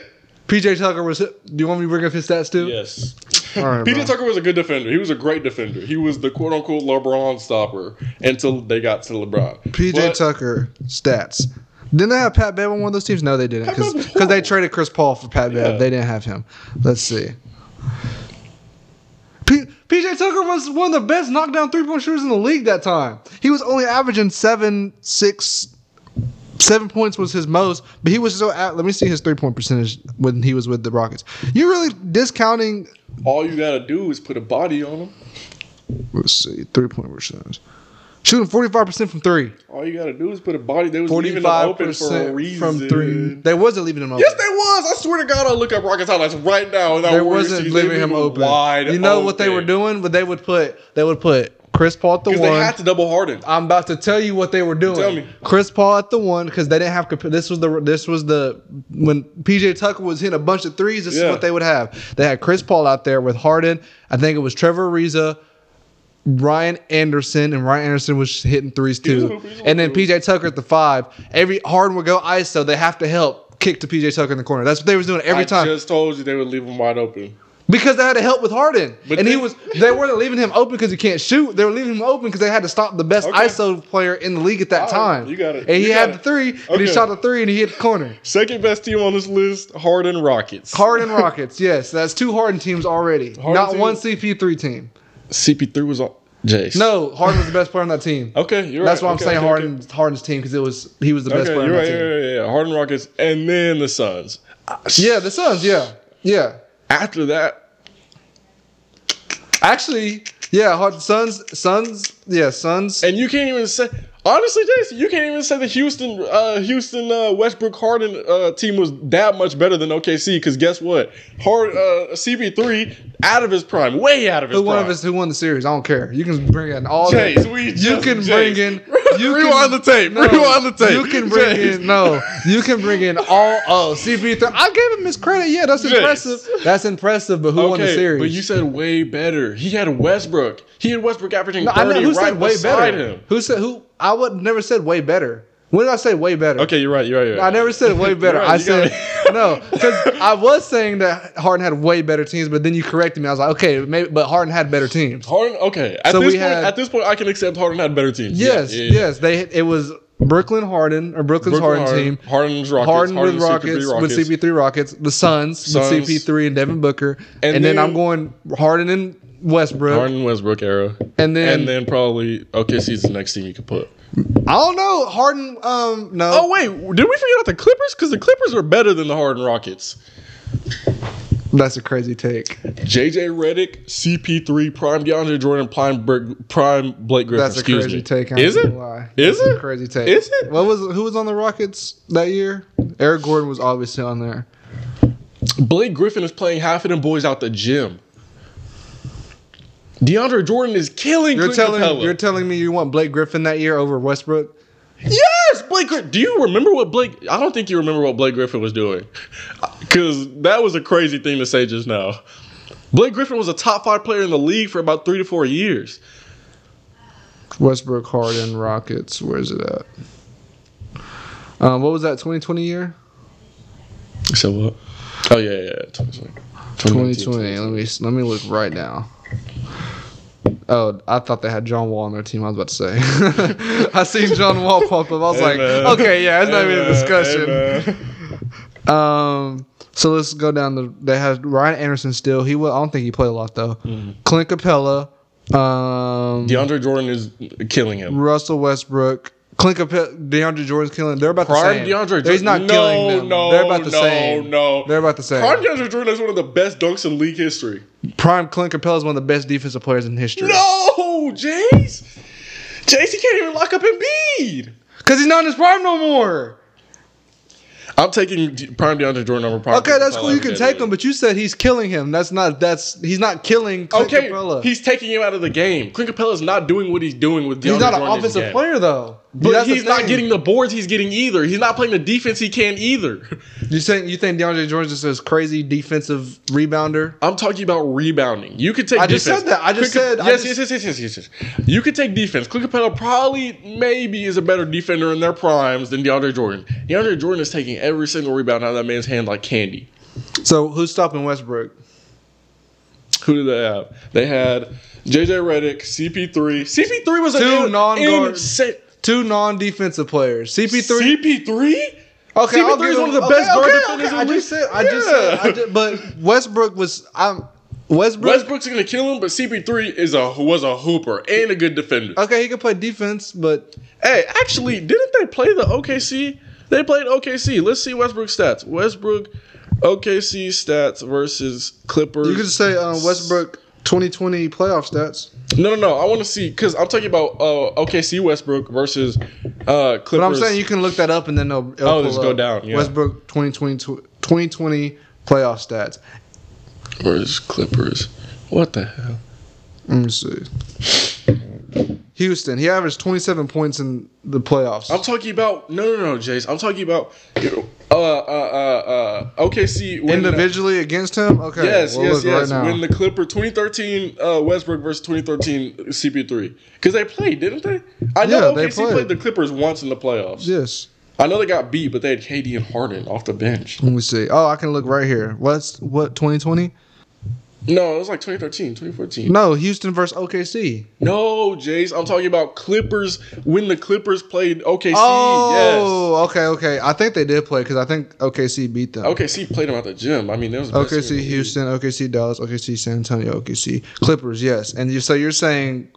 PJ Tucker was. Do you want me to bring up his stats too?
Yes.
All right,
PJ
bro.
Tucker was a good defender. He was a great defender. He was the quote unquote LeBron stopper until they got to LeBron.
PJ
But-
Tucker stats. Didn't they have Pat Bev on one of those teams? No, they didn't.
Pat Bev was
Because they
horrible.
traded Chris Paul for Pat Bev.
Yeah.
They didn't have him. Let's see. P- PJ Tucker was one of the best knockdown three point shooters in the league that time. He was only averaging seven, six, seven points was his most, but he was so. At, let me see his three point percentage when he was with the Rockets. You're really discounting.
All you gotta do is put a body on him.
Let's see, three point percentage. Shooting 45% from three.
All you gotta do is put a body. They was leaving him open for a
45%
reason.
from three. They wasn't leaving him open.
Yes, they was. I swear to God, I'll look up Rockets highlights right now. And I
they
will
wasn't
see
leaving
they
him
were
open.
Wide
you know what they were
open.
doing? But they would put they would put Chris Paul at the one.
Because they had to double Harden.
I'm about to tell you what they were doing.
Tell me.
Chris Paul at the one because they didn't have. comp- This was the this was the when PJ Tucker was hitting a bunch of threes. This
Yeah.
is what they would have. They had Chris Paul out there with Harden. I think it was Trevor Ariza. Ryan Anderson and Ryan Anderson was hitting threes
was
too,
hooping, he was
and then
hooping.
PJ Tucker at the five. Every Harden would go ISO. They have to help kick to PJ Tucker in the corner. That's what they was doing every
I
time
just told you they would leave him wide open.
because they had to help with Harden,
But
and he
they-
was they weren't leaving him open because he can't shoot. They were leaving him open because they had to stop the best
Okay.
ISO player in the league at that
All right,
time.
you got it.
And he
You
had
got
the
it.
three, and he
Okay.
shot the three, and he hit the
<laughs>
corner.
Second best team on this list, Harden Rockets.
Harden Rockets, yes, that's two Harden teams already.
Harden
Not
team-
one CP3 team.
CP3 was on Jace.
No, Harden was the best player on that team.
Okay, you're
that's
right.
why I'm
Okay,
saying
okay,
Harden Harden's team because it was he was the
Okay,
best
okay
player
you're
on
right.
that team.
Yeah, yeah, yeah. Harden Rockets and then the Suns.
Yeah, the Suns. Yeah, yeah.
After that,
Actually, yeah, Harden Suns, Suns, yeah, Suns.
and you can't even say Honestly, Jason, you can't even say the Houston, uh, Houston uh, Westbrook Harden uh, team was that much better than OKC. Because guess what, Hard uh, CP3 out of his prime, way out of his
Who
prime.
won of us who won the series? I don't care. You can bring in all that.
Jace, we
you
just-
can
Jace.
bring
<laughs>
in. You
Rewind
can-
the tape. Rewind the tape.
You
<laughs>
can bring
Jace.
in no. You can bring in all. Oh, CP. Th- I gave him his credit. Yeah, that's
Jace.
impressive. That's impressive. But who won the series?
But you said way better. He had Westbrook. He had Westbrook averaging
No, I know
30
who
right
said way
beside
better.
him.
Who said who? I would never said way better. When did I say way better?
Okay, you're right. You're right. You're right.
I never said
<laughs>
way better.
right,
I
you got
said no
<laughs>
because I was saying that Harden had way better teams, but then you corrected me. I was like, okay, maybe, but Harden had better teams.
Harden. Okay. At
So
this
we
point,
had-
at this point, I can accept Harden had better teams. Yeah,
Yes,
yeah, yeah.
yes, they it was Brooklyn Harden or Brooklyn's
Brooklyn
Harden, team.
Harden's Rockets.
Harden, with Rockets,
Harden's CP3 Rockets.
with CP3 Rockets, the Suns,
Suns.
with CP3 and Devin Booker, and,
And
then,
then-
I'm going Harden and Westbrook,
Harden Westbrook era.
and then
and then probably OKC's the next team you could put.
I don't know Harden. Um, no,
Oh wait, did we forget about the Clippers? Because the Clippers are better than the Harden Rockets.
that's a crazy take.
JJ Redick, CP3, prime DeAndre Jordan, prime Br- prime Blake Griffin.
That's a
excuse
crazy
me.
take. I ain't
Is it?
gonna lie.
Is
That's a
it?
crazy take?
Is it?
What was who was on the Rockets that year? Eric Gordon was obviously on there.
Blake Griffin is playing half of them boys out the gym. DeAndre Jordan is killing.
You're
Clint
telling
Capella.
you're telling me you want Blake Griffin that year over Westbrook?
yes, Blake. Gri- Do you remember what Blake? I don't think you remember what Blake Griffin was doing, because that was a crazy thing to say just now. Blake Griffin was a top five player in the league for about three to four years.
Westbrook, Harden, Rockets. Where's it at? Um, what was that 2020 year?
So what? Oh yeah, yeah, yeah. 2020.
2020. Let me let me look right now. Oh, I thought they had John Wall on their team. I was about to say. <laughs> I seen John Wall pop up. I was like,
man.
okay, yeah, it's not
Hey,
even a
man.
discussion.
Hey, man.
Um, so let's go down the. They have Ryan Anderson still. He will. I don't think he played a lot though.
Mm-hmm.
Clint Capella, um,
DeAndre Jordan is killing him.
Russell Westbrook. Clint Capella, DeAndre Jordan's killing. They're about
Prime
the same.
DeAndre Jordan.
He's not
no,
killing them.
No,
They're about the
no,
same.
No,
They're about the same.
Prime
Prime,
DeAndre Jordan is one of the best dunks in league history.
Clint Capella is one of the best defensive players in history.
No, Jace. Jace, he can't even lock up Embiid.
because he's not in his prime no more.
I'm taking D- Prime DeAndre Jordan over Prime.
Okay, that's
Capella
cool. You
every
can
day.
take him, but you said he's killing him. That's not. That's he's not killing Clint
Okay,
Capella.
he's taking him out of the game. Clint Capella's not doing what he's doing with DeAndre
he's not an
Jordan in the
offensive
game.
player though.
But
That's the
he's not
thing.
getting the boards he's getting either. He's not playing the defense he can either. <laughs>
You think you think DeAndre Jordan is this crazy defensive rebounder?
I'm talking about rebounding. You could take.
I
defense.
just said that. I just
Clint-
said- I
Yes,
just-
yes, yes, yes, yes, yes, yes. You could take defense. Clint Capella probably, maybe, is a better defender in their primes than DeAndre Jordan. DeAndre Jordan is taking every single rebound out of that man's hand like candy.
So who's stopping Westbrook?
Who did they have? They had JJ Redick, CP3. CP3 was
Two
an
non-guard.
Insa-
Two non-defensive players. CP3.
CP3.
Okay,
CP3
I'll give
is one of
him-
the
okay,
best guard
okay,
defenders
okay,
in
I
the
just
league.
said. I just said. I
Yeah.
ju- but Westbrook was. I'm Westbrook.
Westbrook's gonna kill him, but CP3 is a was a hooper and a good defender.
Okay, he could play defense, but
Uh, Hey, actually, didn't they play the OKC? They played OKC. Let's see Westbrook stats. Westbrook OKC stats versus Clippers.
you could say uh, Westbrook 2020 playoff stats.
no, no, no. I want to see because I'm talking about uh, OKC Westbrook versus uh, Clippers.
But I'm saying you can look that up and then they'll. it'll
Oh,
pull
just go
up.
down, yeah.
Westbrook 2020 tw- 2020 playoff stats.
versus Clippers. What the hell?
Let me see. Houston. He averaged 27 points in the playoffs.
I'm talking about no, no, no, Jace. I'm talking about uh, uh, uh, uh, OKC when-
Individually against him? Okay.
Yes,
we'll
yes,
look
yes.
Right now.
when the Clipper 2013 uh, Westbrook versus 2013 CP3, because they played, didn't they? I know
Yeah, they
OKC played.
played.
the Clippers once in the playoffs.
yes.
I know they got beat, but they had KD and Harden off the bench.
Let me see. Oh, I can look right here. What's what 2020?
No, it was like 2013, 2014.
No, Houston versus OKC.
No, Jace, I'm talking about Clippers when the Clippers played OKC.
Oh, okay, okay. I think they did play because I think OKC beat them.
yes, OKC played them at the gym. I mean, that was the best team in
OKC,
the league.
Houston, OKC, Dallas, OKC, San Antonio, OKC, Clippers. Yes, and you, so you're saying.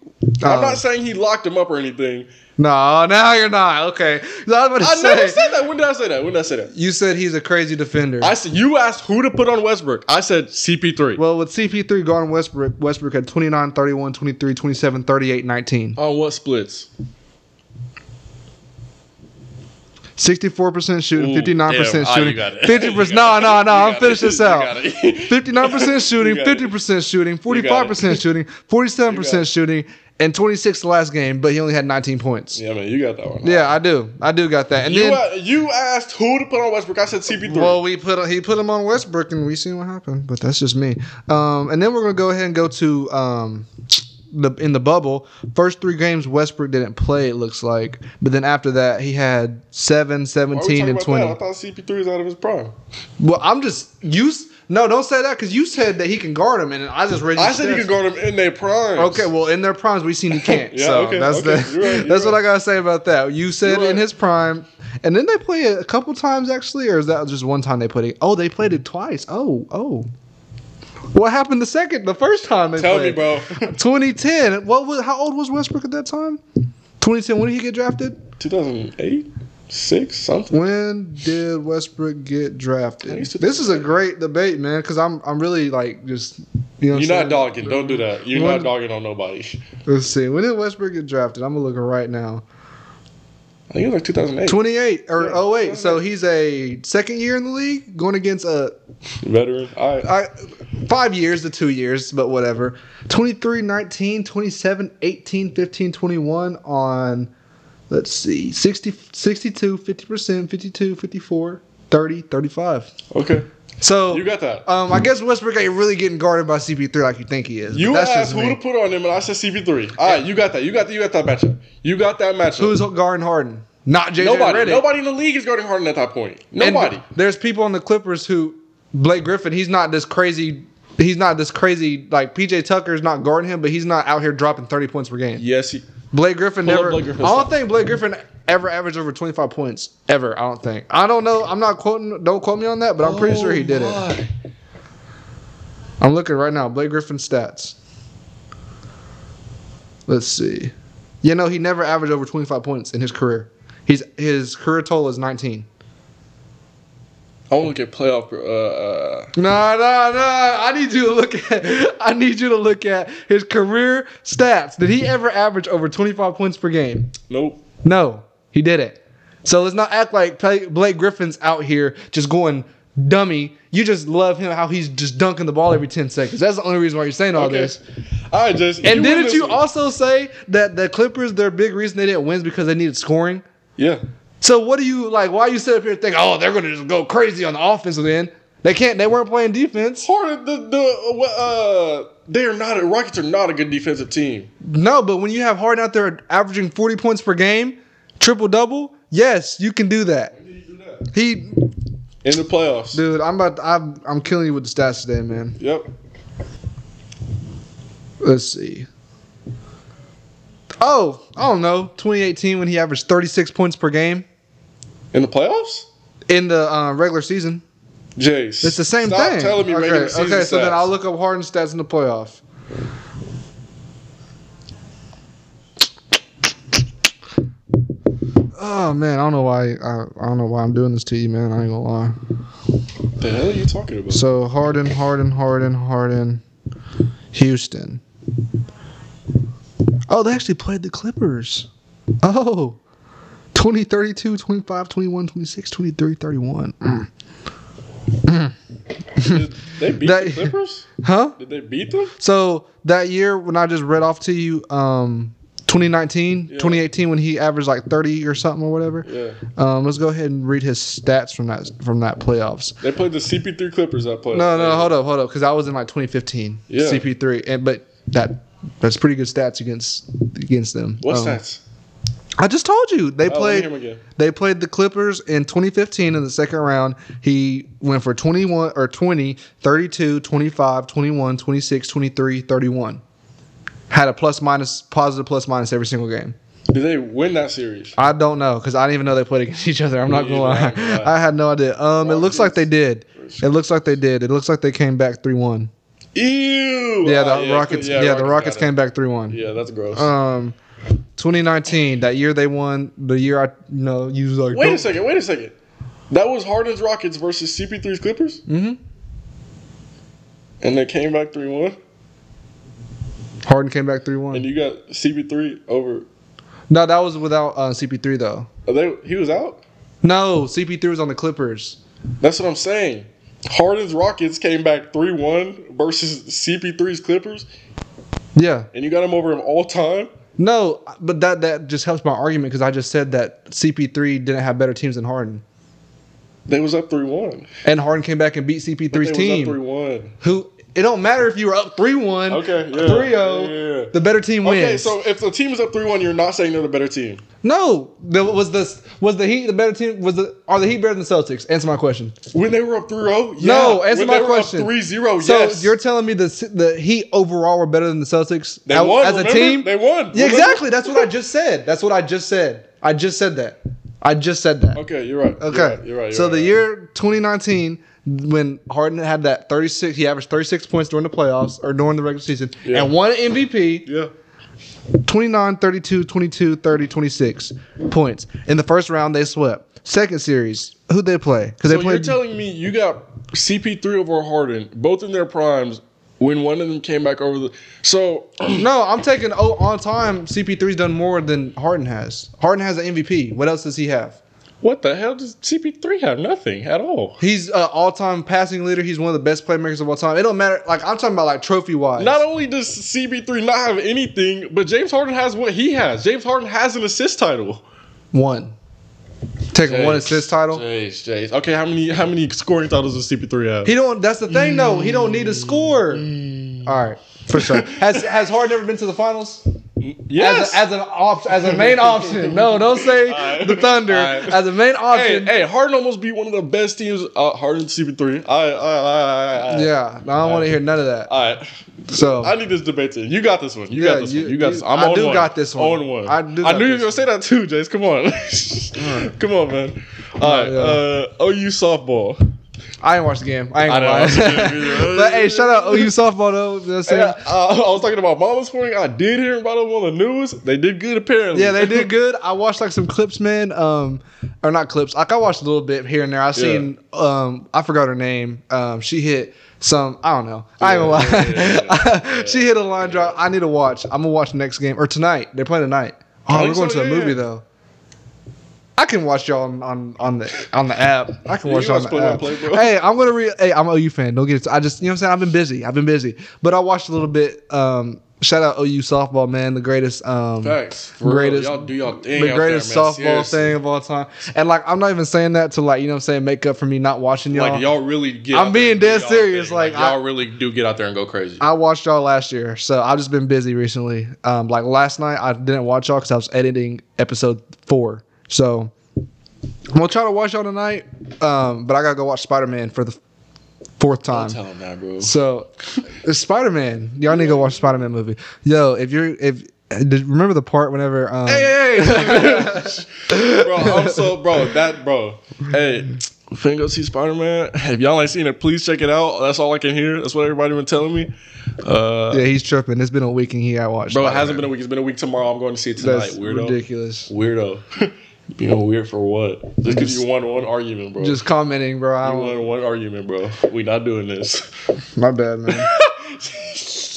I'm
um,
not saying he locked them up or anything.
no, now you're not. Okay, I was about to
I
say,
never said that. When did I say that? When did I say that?
you said he's a crazy defender.
I said you asked who to put on Westbrook. I said CP3.
well, with CP3 gone, Westbrook, Westbrook had 29, 31, 23, 27, 38, 19.
On what splits?
Sixty-four percent shooting,
Ooh,
fifty-nine percent
damn. Oh, you
shooting,
got it. <laughs>
fifty
You
percent.
got
No, no,
it.
no.
You
I'm
got
finish
it.
this
You
out.
got it. <laughs>
Fifty-nine percent shooting,
You got it.
fifty percent shooting, forty-five percent shooting, forty-seven percent shooting, and twenty-six the last game. But he only had nineteen points. Yeah,
Yeah, man, you got that one.
I do. I do got that. And
You,
then
a- you asked who to put on Westbrook. I said CP3.
Well, we put he put him on Westbrook, and we seen what happened. But that's just me. Um, and then we're gonna go ahead and go to um, the in the bubble. First three games Westbrook didn't play. It looks like, but then after that he had seven,
Why
17,
are we
and
talking about
twenty.
that? I thought CP3 was out of his prime.
Well, I'm just you. s- No, don't say that because you said that he can guard him, and I just read. your
I said he
stats.
could guard him in their prime.
Okay, well, in their primes, we seen he can't.
<laughs> Yeah,
so
okay,
that's
okay,
the-
you're right, you're
that's what
right.
I gotta say about that. You said
You're
in
right.
his prime, and then they play it a couple times actually, or is that just one time they played it? Oh, they played it twice. Oh, oh. What happened the second, the first time they
Tell me,
played? <laughs>
bro.
2010. What was? How old was Westbrook at that time? 2010. When did he get drafted?
2008? 6? Something?
When did Westbrook get drafted?
used to-
This is a great debate, man, because I'm I'm really like just you know what I'm
You're
saying?
not dogging. Don't do that. You're
When-
not dogging on nobody. I
Let's see. When did Westbrook get drafted? I'm gonna look it right now.
think it was like 2008.
28 or
Yeah.
oh wait, So he's a second year in the league, going against a,
Veteran. All right.
I five years to two years, but whatever. 23, 19, 27, 18, 15, 21 on, let's see, 60, 62, 50%, 52, 54, 30, 35.
Okay.
So
You got that.
um, I guess Westbrook ain't really getting guarded by CP3 like you think he is. but
You
that's
asked
just
who
me.
to put on him, and I said CP3. All right, you got that. You got that. You got that matchup. You got that matchup.
Who's guarding Harden? Not JJ
nobody?
Redick.
Nobody in the league is guarding Harden at that point.
And
Nobody.
there's people on the Clippers who Blake Griffin. He's not this crazy. He's not this crazy. Like PJ Tucker's not guarding him, but he's not out here dropping 30 points per game.
yes, he,
Blake Griffin
Pull up
never.
Blake Griffin's
I don't
stats.
think Blake Griffin ever averaged over 25 points ever. I don't think. I don't know. I'm not quoting. Don't quote me on that, but I'm pretty sure he did
Oh,
it. I'm looking right now. Blake Griffin stats. Let's see. You know, he never averaged over 25 points in his career. He's his career total is 19.
I want to look at playoff. Uh, uh,
No, no, no. I need you to look at I need you to look at his career stats. Did he ever average over 25 points per game?
nope.
No, he didn't. So let's not act like Pla- Blake Griffin's out here just going dummy. You just love him how he's just dunking the ball every 10 seconds. That's the only reason why you're saying all
Okay.
this.
All right, just
And didn't you also say that the Clippers, their big reason they didn't win is because they needed scoring?
Yeah.
So what do you like? Why you sit up here and think, oh, they're gonna just go crazy on the offensive end? They can't. They weren't playing defense.
Harden, the the uh, they are not. Rockets are not a good defensive team.
No, but when you have Harden out there averaging 40 points per game, triple double, yes, you can do that.
In
He,
the playoffs.
dude, I'm about, I'm, I'm killing you with the stats today, man.
Yep.
Let's see. Oh, I don't know. 2018 when he averaged 36 points per game
In the playoffs.
in the uh, regular season.
Jace.
It's the same
Stop
thing.
telling me
okay,
regular season
okay, so
stats.
then I'll look up Harden stats in the playoff. Oh man, I don't know why I, I don't know why I'm doing this to you, man. I ain't gonna lie.
What the hell are you
<laughs>
talking about?
So Harden, Harden, Harden, Harden, Houston. Oh, they actually played the Clippers. Oh. 20, 32, 25, 21, 26, 23, 31. Mm.
Did they beat
That-
the Clippers?
Huh?
Did they beat them?
So that year when I just read off to you, um, 2019,
Yeah.
2018, when he averaged like 30 or something or whatever.
Yeah.
Um, let's go ahead and read his stats from that from that playoffs.
They played the CP3 Clippers that playoff.
No, no, hold up, hold up, because I was in like 2015
Yeah.
CP3, and but that that's pretty good stats against against them.
What's
Um,
that?
I just told you they
Oh, let me hear 'em
played.
again.
They played the Clippers in 2015 in the second round. He went for 21 or 20, 32, 25, 21, 26, 23, 31. Had a plus minus, positive plus minus every single game.
Did they win that series?
I don't know because I didn't even know they played against <laughs> each other. I'm not
Yeah,
gonna lie.
yeah.
I had no idea. Um, it
Well,
looks like they did. It looks like they did. It looks like they came back three one.
Ew.
Yeah,
Ah,
the Rockets. Yeah, the
got
Rockets
it.
came back three one.
Yeah, that's gross.
Um, 2019, that year they won. The year I, you know, you was like,
wait
don't-
a second. Wait a second. That was Harden's Rockets versus CP3's Clippers,
Mhm.
and they came back three one.
Harden came back three
And
one.
you got CP3 over.
No, that was without uh, CP3 though.
Are they? He was out.
No, CP3 was on the Clippers.
That's what I'm saying. Harden's Rockets came back 3 1 versus CP3's Clippers,
Yeah.
and you got him over him all time.
No, but that that just helps my argument because I just said that CP3 didn't have better teams than Harden,
They was up 3 1.
and Harden came back and beat CP3's team.
3 1.
Who it don't matter if you were up three one,
Okay, yeah,
three zero.
yeah, yeah.
The better team
Okay,
wins.
so if the team is up 3 1, you're not saying they're the better team.
no, the, was the was the Heat the better team? Was the are the Heat better than the Celtics? Answer my question.
When they were up 3 0, yeah.
No, answer
when
my
they
question.
Were up 3 0,
So
yes.
you're telling me the the Heat overall were better than the Celtics
they
out-
won.
as
remember?
a team?
They won.
Yeah,
remember?
exactly. That's what I just said. That's what I just said. I just said that. I just said that.
Okay, you're right.
Okay.
You're right. You're right you're
so the
right.
year 2019, when Harden had that 36, he averaged 36 points during the playoffs or during the regular season
Yeah.
and won MVP
Yeah.
29, 32, 22, 30, 26 points. In the first round, they swept. Second series, who they play? Because
So
they
you're
played.
telling me you got CP3 over Harden, both in their primes, when one of them came back over the. So <clears throat>
no, I'm taking oh, on time. CP3's done more than Harden has. Harden has an MVP. What else does he have?
what the hell does CP3 have? Nothing at all.
He's an all-time passing leader. He's one of the best playmakers of all time. It don't matter. Like I'm talking about, like trophy-wise.
Not only does CB3 not have anything, but James Harden has what he has. James Harden has an assist title.
one. Taking one assist title.
Jace, Jace. Okay, how many how many scoring titles does CP3 have?
He don't. That's the thing, though. He don't need to score. All right, for
<laughs>
sure. Has Has Harden ever been to the finals? As,
yes.
a, as an op- as a main option. No, don't say
Alright.
the Thunder
Alright.
as a main
hey,
option.
hey, Harden almost beat one of the best teams. Uh, Harden CP3. I, I, I, I, I.
Yeah, no, I don't want to hear none of that.
All right.
So
I need this debate to You got this one. You
Yeah,
got this
you-
one. You got
you-
this. I'm
I
on
do
one.
got this one.
On one.
I do
I
got
knew you were
this
gonna say that too, Jace. Come on. <laughs> Come on, man. All right.
yeah.
Uh, OU softball.
I didn't watch the game. I ain't
I
gonna
know, I was
lie. <laughs>
kidding.
but hey, shout out OU softball though. You know what I'm saying?
Yeah, uh, <laughs> I was talking about mom this morning. I did hear about them on the news. They did good apparently.
Yeah,
<laughs>
they did good. I watched like some clips, man. Um, or not clips. Like I watched a little bit here and there. I seen. Um, I forgot her name. Um, she hit some. I don't know. I ain't gonna
Yeah,
lie.
yeah,
<laughs> she hit a line drive. I need to watch. I'm gonna watch next game or tonight. They're playing tonight.
I
Oh, we're
think
going
so,
to a
yeah,
movie
yeah.
though. I can watch y'all on, on, on the on the app. I can
You
watch
can
y'all
watch
on the app.
Play by Play, bro.
hey, I'm gonna re. Hey, I'm a OU fan. Don't get it. I just you know what I'm saying. I've been busy. I've been busy, but I watched a little bit. Um, shout out OU softball man, the greatest. Um,
Facts. For
greatest,
real. Y'all do y'all thing.
the
out
greatest
there, man.
softball
Seriously.
thing of all time. And like, I'm not even saying that to like, you know, what I'm saying make up for me not watching y'all.
Like y'all really get.
I'm
out there
being
and do
dead
y'all
serious,
thing.
like, I-
y'all really do get out there and go crazy.
I watched y'all last year, so I've just been busy recently. Um, like last night, I didn't watch y'all because I was editing episode four. So I'm gonna try to watch y'all tonight, um, but I gotta go watch Spider Man for the fourth time.
Don't tell him
<laughs>
that, bro.
So, Spider Man, y'all need to go watch Spider Man movie. Yo, if you're if did, remember the part whenever um,
hey, hey. <laughs> bro, I'm so bro that bro. Hey, finna go see Spider Man. If y'all ain't seen it, please check it out. That's all I can hear. That's what everybody been telling me. Uh,
yeah he's tripping. It's been a week and he I watched.
bro, it
Spider-Man.
hasn't been a week. It's been a week tomorrow. I'm going to see it tonight.
That's
weirdo,
ridiculous. <laughs>
weirdo. Being weird for what? Just because
Just-
you won one argument, bro.
Just commenting, bro. I
you
don't,
won one argument, bro. We not doing this.
my bad, man. <laughs>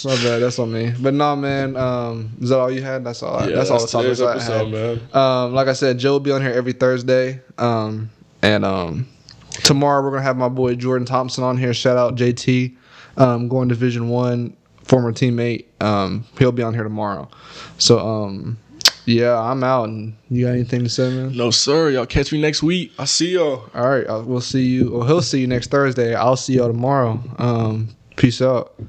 my bad. That's on me. But nah, man. Um, is that all you had? That's all. I-
Yeah,
that's, all the
that's today's
topics I
episode,
had.
man.
Um, like I said, Joe will be on here every Thursday. Um, and um, tomorrow we're gonna have my boy Jordan Thompson on here. Shout out JT, um, going Division One, former teammate. Um, he'll be on here tomorrow. So um, yeah, I'm out. And you got anything to say, man?
No, sir. Y'all catch me next week. I see y'all.
All right, uh, we'll see you. Well, he'll see you next Thursday. I'll see y'all tomorrow. Um, peace out.